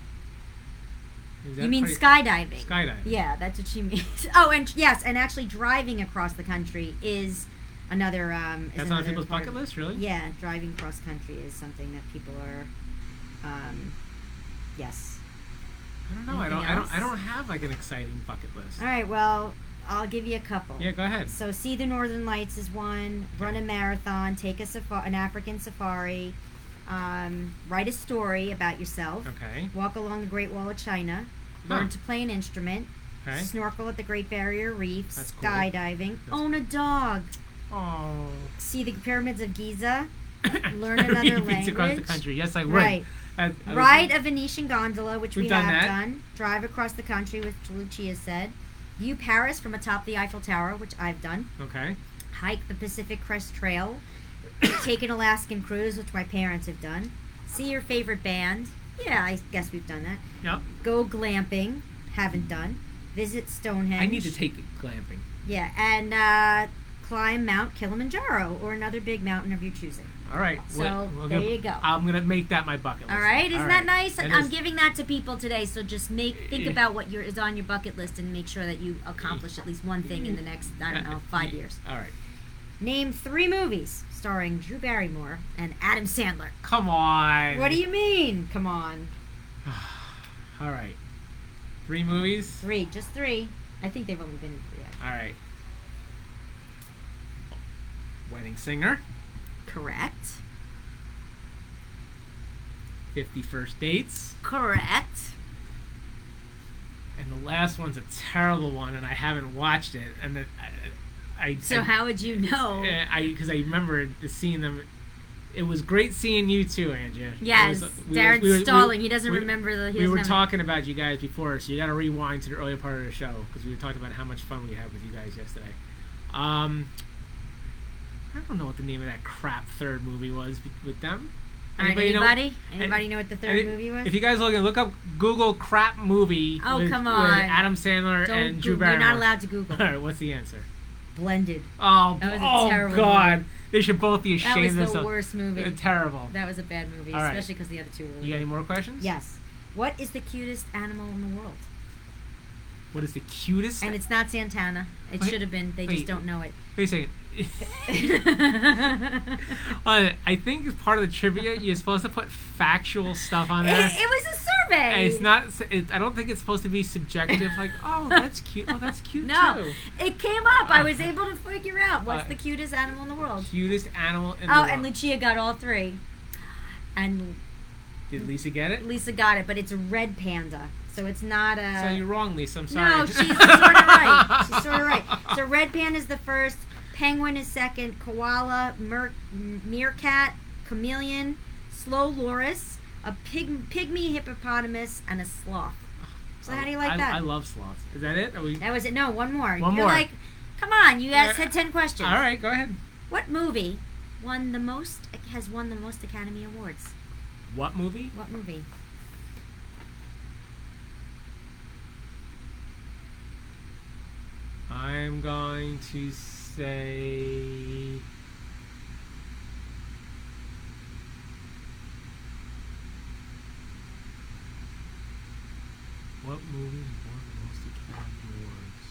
[SPEAKER 2] Is
[SPEAKER 1] you
[SPEAKER 2] that
[SPEAKER 1] mean
[SPEAKER 2] pretty-
[SPEAKER 1] skydiving?
[SPEAKER 2] skydiving?
[SPEAKER 1] Yeah, that's what she means. Oh, and yes, and actually driving across the country is another. Um, is
[SPEAKER 2] That's on
[SPEAKER 1] another
[SPEAKER 2] people's
[SPEAKER 1] part
[SPEAKER 2] bucket
[SPEAKER 1] of-
[SPEAKER 2] list, really?
[SPEAKER 1] Yeah, driving cross country is something that people are. Um, yes.
[SPEAKER 2] I don't know. I
[SPEAKER 1] Anything
[SPEAKER 2] don't. I don't.
[SPEAKER 1] else?
[SPEAKER 2] I don't have like an exciting bucket list.
[SPEAKER 1] All right. Well, I'll give you a couple.
[SPEAKER 2] Yeah, go ahead.
[SPEAKER 1] So see the northern lights is one. Run a marathon. Take a safari, an African safari. Um, write a story about yourself.
[SPEAKER 2] Okay.
[SPEAKER 1] Walk along the Great Wall of China. Learn
[SPEAKER 2] Huh.
[SPEAKER 1] to play an instrument.
[SPEAKER 2] Okay.
[SPEAKER 1] Snorkel at the Great Barrier Reef.
[SPEAKER 2] That's cool.
[SPEAKER 1] Skydiving.
[SPEAKER 2] That's
[SPEAKER 1] Own a dog.
[SPEAKER 2] Oh.
[SPEAKER 1] See the pyramids of Giza. Learn another
[SPEAKER 2] across the
[SPEAKER 1] language.
[SPEAKER 2] country. Yes, I would.
[SPEAKER 1] Right.
[SPEAKER 2] I- I would-
[SPEAKER 1] Ride a Venetian gondola, which
[SPEAKER 2] We've
[SPEAKER 1] we
[SPEAKER 2] done
[SPEAKER 1] have
[SPEAKER 2] that.
[SPEAKER 1] done. Drive across the country, which Lucia said. View Paris from atop the Eiffel Tower, which I've done.
[SPEAKER 2] Okay.
[SPEAKER 1] Hike the Pacific Crest Trail. Take an Alaskan cruise, which my parents have done. See your favorite band. Yeah, I guess we've done that.
[SPEAKER 2] Yep.
[SPEAKER 1] Go glamping. Haven't done. Visit Stonehenge.
[SPEAKER 2] I need to take glamping.
[SPEAKER 1] Yeah, and uh, climb Mount Kilimanjaro or another big mountain of your choosing.
[SPEAKER 2] All right.
[SPEAKER 1] So,
[SPEAKER 2] we're
[SPEAKER 1] there
[SPEAKER 2] gonna-
[SPEAKER 1] you go.
[SPEAKER 2] I'm gonna make that my bucket list.
[SPEAKER 1] All right, isn't that nice?
[SPEAKER 2] That
[SPEAKER 1] I'm
[SPEAKER 2] is-
[SPEAKER 1] giving that to people today, so just make think
[SPEAKER 2] Yeah.
[SPEAKER 1] about what your is on your bucket list and make sure that you accomplish at least one thing in the next I don't know five years.
[SPEAKER 2] All right.
[SPEAKER 1] Name three movies starring Drew Barrymore and Adam Sandler.
[SPEAKER 2] Come on.
[SPEAKER 1] What do you mean? Come on,
[SPEAKER 2] All right. Three movies.
[SPEAKER 1] three, just three. I think they've only been in three. actually.
[SPEAKER 2] All right. Wedding Singer,
[SPEAKER 1] Correct.
[SPEAKER 2] 51st Dates,
[SPEAKER 1] Correct.
[SPEAKER 2] and the last one's a terrible one, and I haven't watched it. And it, I, I
[SPEAKER 1] So
[SPEAKER 2] I,
[SPEAKER 1] how oh. would you know?
[SPEAKER 2] eh, I because I remember the seeing them. It was great seeing you too, Andrea. It
[SPEAKER 1] Yes,
[SPEAKER 2] was- uh, we were-
[SPEAKER 1] Darren's
[SPEAKER 2] we were- we-
[SPEAKER 1] stalling. He doesn't
[SPEAKER 2] we-
[SPEAKER 1] remember the. He
[SPEAKER 2] We
[SPEAKER 1] doesn't
[SPEAKER 2] were
[SPEAKER 1] have-
[SPEAKER 2] talking about you guys before, so you got to rewind to the earlier part of the show because we were talking about how much fun we had with you guys yesterday. Um, I don't know what the name of that crap third movie was be- with them.
[SPEAKER 1] All right,
[SPEAKER 2] know-
[SPEAKER 1] anybody? Anybody know what the third
[SPEAKER 2] Any-
[SPEAKER 1] movie was?
[SPEAKER 2] If you guys look look up Google crap movie.
[SPEAKER 1] Oh,
[SPEAKER 2] with,
[SPEAKER 1] come
[SPEAKER 2] with
[SPEAKER 1] on.
[SPEAKER 2] Adam Sandler
[SPEAKER 1] Don't
[SPEAKER 2] and Drew
[SPEAKER 1] Google. You're
[SPEAKER 2] Barrymore.
[SPEAKER 1] not allowed to Google.
[SPEAKER 2] All right, what's the answer?
[SPEAKER 1] Blended.
[SPEAKER 2] Oh,
[SPEAKER 1] That was a
[SPEAKER 2] oh
[SPEAKER 1] terrible
[SPEAKER 2] God! They should both be
[SPEAKER 1] That
[SPEAKER 2] ashamed
[SPEAKER 1] was
[SPEAKER 2] of
[SPEAKER 1] the
[SPEAKER 2] themselves.
[SPEAKER 1] worst movie.
[SPEAKER 2] Uh, terrible.
[SPEAKER 1] That was a bad movie,
[SPEAKER 2] All right.
[SPEAKER 1] especially because the other two were.
[SPEAKER 2] You got any more questions?
[SPEAKER 1] Yes. What is the cutest animal in the world?
[SPEAKER 2] What is the cutest?
[SPEAKER 1] And it's not Santana. It
[SPEAKER 2] Wait,
[SPEAKER 1] should have been. They
[SPEAKER 2] wait.
[SPEAKER 1] just don't know it.
[SPEAKER 2] Wait a second. Uh, I think as part of the trivia, you're supposed to put factual stuff on there.
[SPEAKER 1] It, it was a
[SPEAKER 2] And
[SPEAKER 1] survey.
[SPEAKER 2] it's not. It, I don't think it's supposed to be subjective. Like, oh, that's cute. Oh, that's cute
[SPEAKER 1] No,
[SPEAKER 2] too.
[SPEAKER 1] it came up. I was able to figure out what's
[SPEAKER 2] Uh,
[SPEAKER 1] the cutest animal in the world.
[SPEAKER 2] Cutest animal in the
[SPEAKER 1] Oh,
[SPEAKER 2] world.
[SPEAKER 1] and Lucia got all three, and
[SPEAKER 2] Did Lisa get it?
[SPEAKER 1] Lisa got it, but it's a red panda, so it's not a.
[SPEAKER 2] so you're wrong, Lisa. I'm sorry.
[SPEAKER 1] No, she's sort of right. She's sort of right. So red pan is the first, penguin is second, koala, mer- m- meerkat, chameleon, slow loris, a pig- pygmy hippopotamus, and a sloth. So how do you like
[SPEAKER 2] I,
[SPEAKER 1] that?
[SPEAKER 2] I love sloths. Is that it? Are we?
[SPEAKER 1] that was it. No, one more.
[SPEAKER 2] One
[SPEAKER 1] You're
[SPEAKER 2] more.
[SPEAKER 1] like, come on, you guys
[SPEAKER 2] Uh,
[SPEAKER 1] had ten questions.
[SPEAKER 2] All right, go ahead.
[SPEAKER 1] What movie won the most? Has won the most Academy Awards?
[SPEAKER 2] What movie?
[SPEAKER 1] What movie?
[SPEAKER 2] I'm going to say. What movie won the most Academy Awards?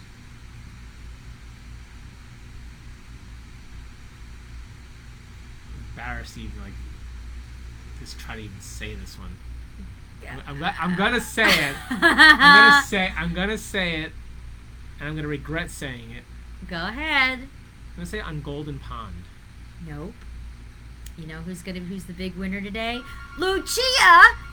[SPEAKER 2] Embarrassed to even like just try to even say this one. I'm, I'm, go- I'm gonna say it. I'm gonna say I'm gonna say it, and I'm gonna regret saying it.
[SPEAKER 1] Go ahead.
[SPEAKER 2] I'm gonna say on Golden Pond.
[SPEAKER 1] Nope. You know who's gonna who's the big winner today? Lucia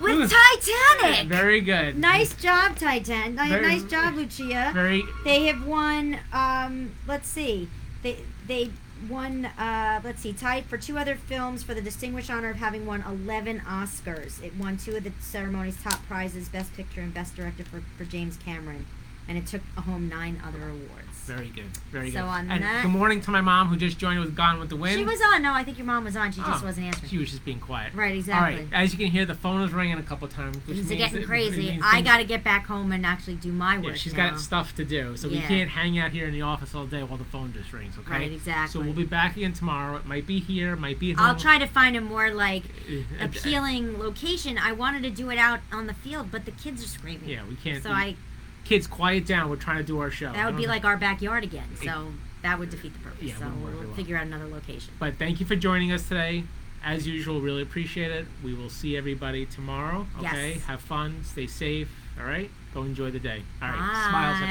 [SPEAKER 2] Ooh.
[SPEAKER 1] with Titanic.
[SPEAKER 2] Very good.
[SPEAKER 1] nice job, Titanic.
[SPEAKER 2] Very-
[SPEAKER 1] nice job, Lucia.
[SPEAKER 2] Very.
[SPEAKER 1] They have won. Um, let's see. They they won. Uh, let's see. Tied for two other films for the distinguished honor of having won eleven Oscars. It won two of the ceremony's top prizes: Best Picture and Best Director for, for James Cameron. and it took home nine other awards.
[SPEAKER 2] Very good. Very
[SPEAKER 1] So
[SPEAKER 2] good.
[SPEAKER 1] on
[SPEAKER 2] and
[SPEAKER 1] that-
[SPEAKER 2] good morning to my mom who just joined with Gone with the Wind.
[SPEAKER 1] She was on. No, I think your mom was on. She just
[SPEAKER 2] Oh,
[SPEAKER 1] wasn't answering.
[SPEAKER 2] She was just being quiet.
[SPEAKER 1] Right,
[SPEAKER 2] All right.
[SPEAKER 1] exactly.
[SPEAKER 2] As you can hear, the phone is ringing a couple times. Which
[SPEAKER 1] Things are
[SPEAKER 2] means
[SPEAKER 1] getting
[SPEAKER 2] that-
[SPEAKER 1] crazy.
[SPEAKER 2] means
[SPEAKER 1] I
[SPEAKER 2] things-
[SPEAKER 1] got to get back home and actually do my work.
[SPEAKER 2] Yeah, she's
[SPEAKER 1] now.
[SPEAKER 2] got stuff to do, so we
[SPEAKER 1] Yeah.
[SPEAKER 2] can't hang out here in the office all day while the phone just rings. Okay.
[SPEAKER 1] Right, exactly.
[SPEAKER 2] So we'll be back again tomorrow. It might be here, might be. At
[SPEAKER 1] I'll
[SPEAKER 2] home.
[SPEAKER 1] try to find a more like
[SPEAKER 2] Uh, uh,
[SPEAKER 1] appealing location. I wanted to do it out on the field, but the kids are screaming.
[SPEAKER 2] Yeah, we can't.
[SPEAKER 1] So
[SPEAKER 2] Oh, we-
[SPEAKER 1] I
[SPEAKER 2] Kids, quiet down. We're trying to do our show.
[SPEAKER 1] that would
[SPEAKER 2] Don't-
[SPEAKER 1] be like our backyard again. So that would defeat the purpose.
[SPEAKER 2] Yeah, it
[SPEAKER 1] so
[SPEAKER 2] wouldn't work
[SPEAKER 1] we'll
[SPEAKER 2] very well.
[SPEAKER 1] figure out another location.
[SPEAKER 2] But thank you for joining us today. As usual, really appreciate it. We will see everybody tomorrow.
[SPEAKER 1] Yes.
[SPEAKER 2] Okay. Have fun. Stay safe. All right. Go enjoy the day. All right. Smiles,
[SPEAKER 1] Bye.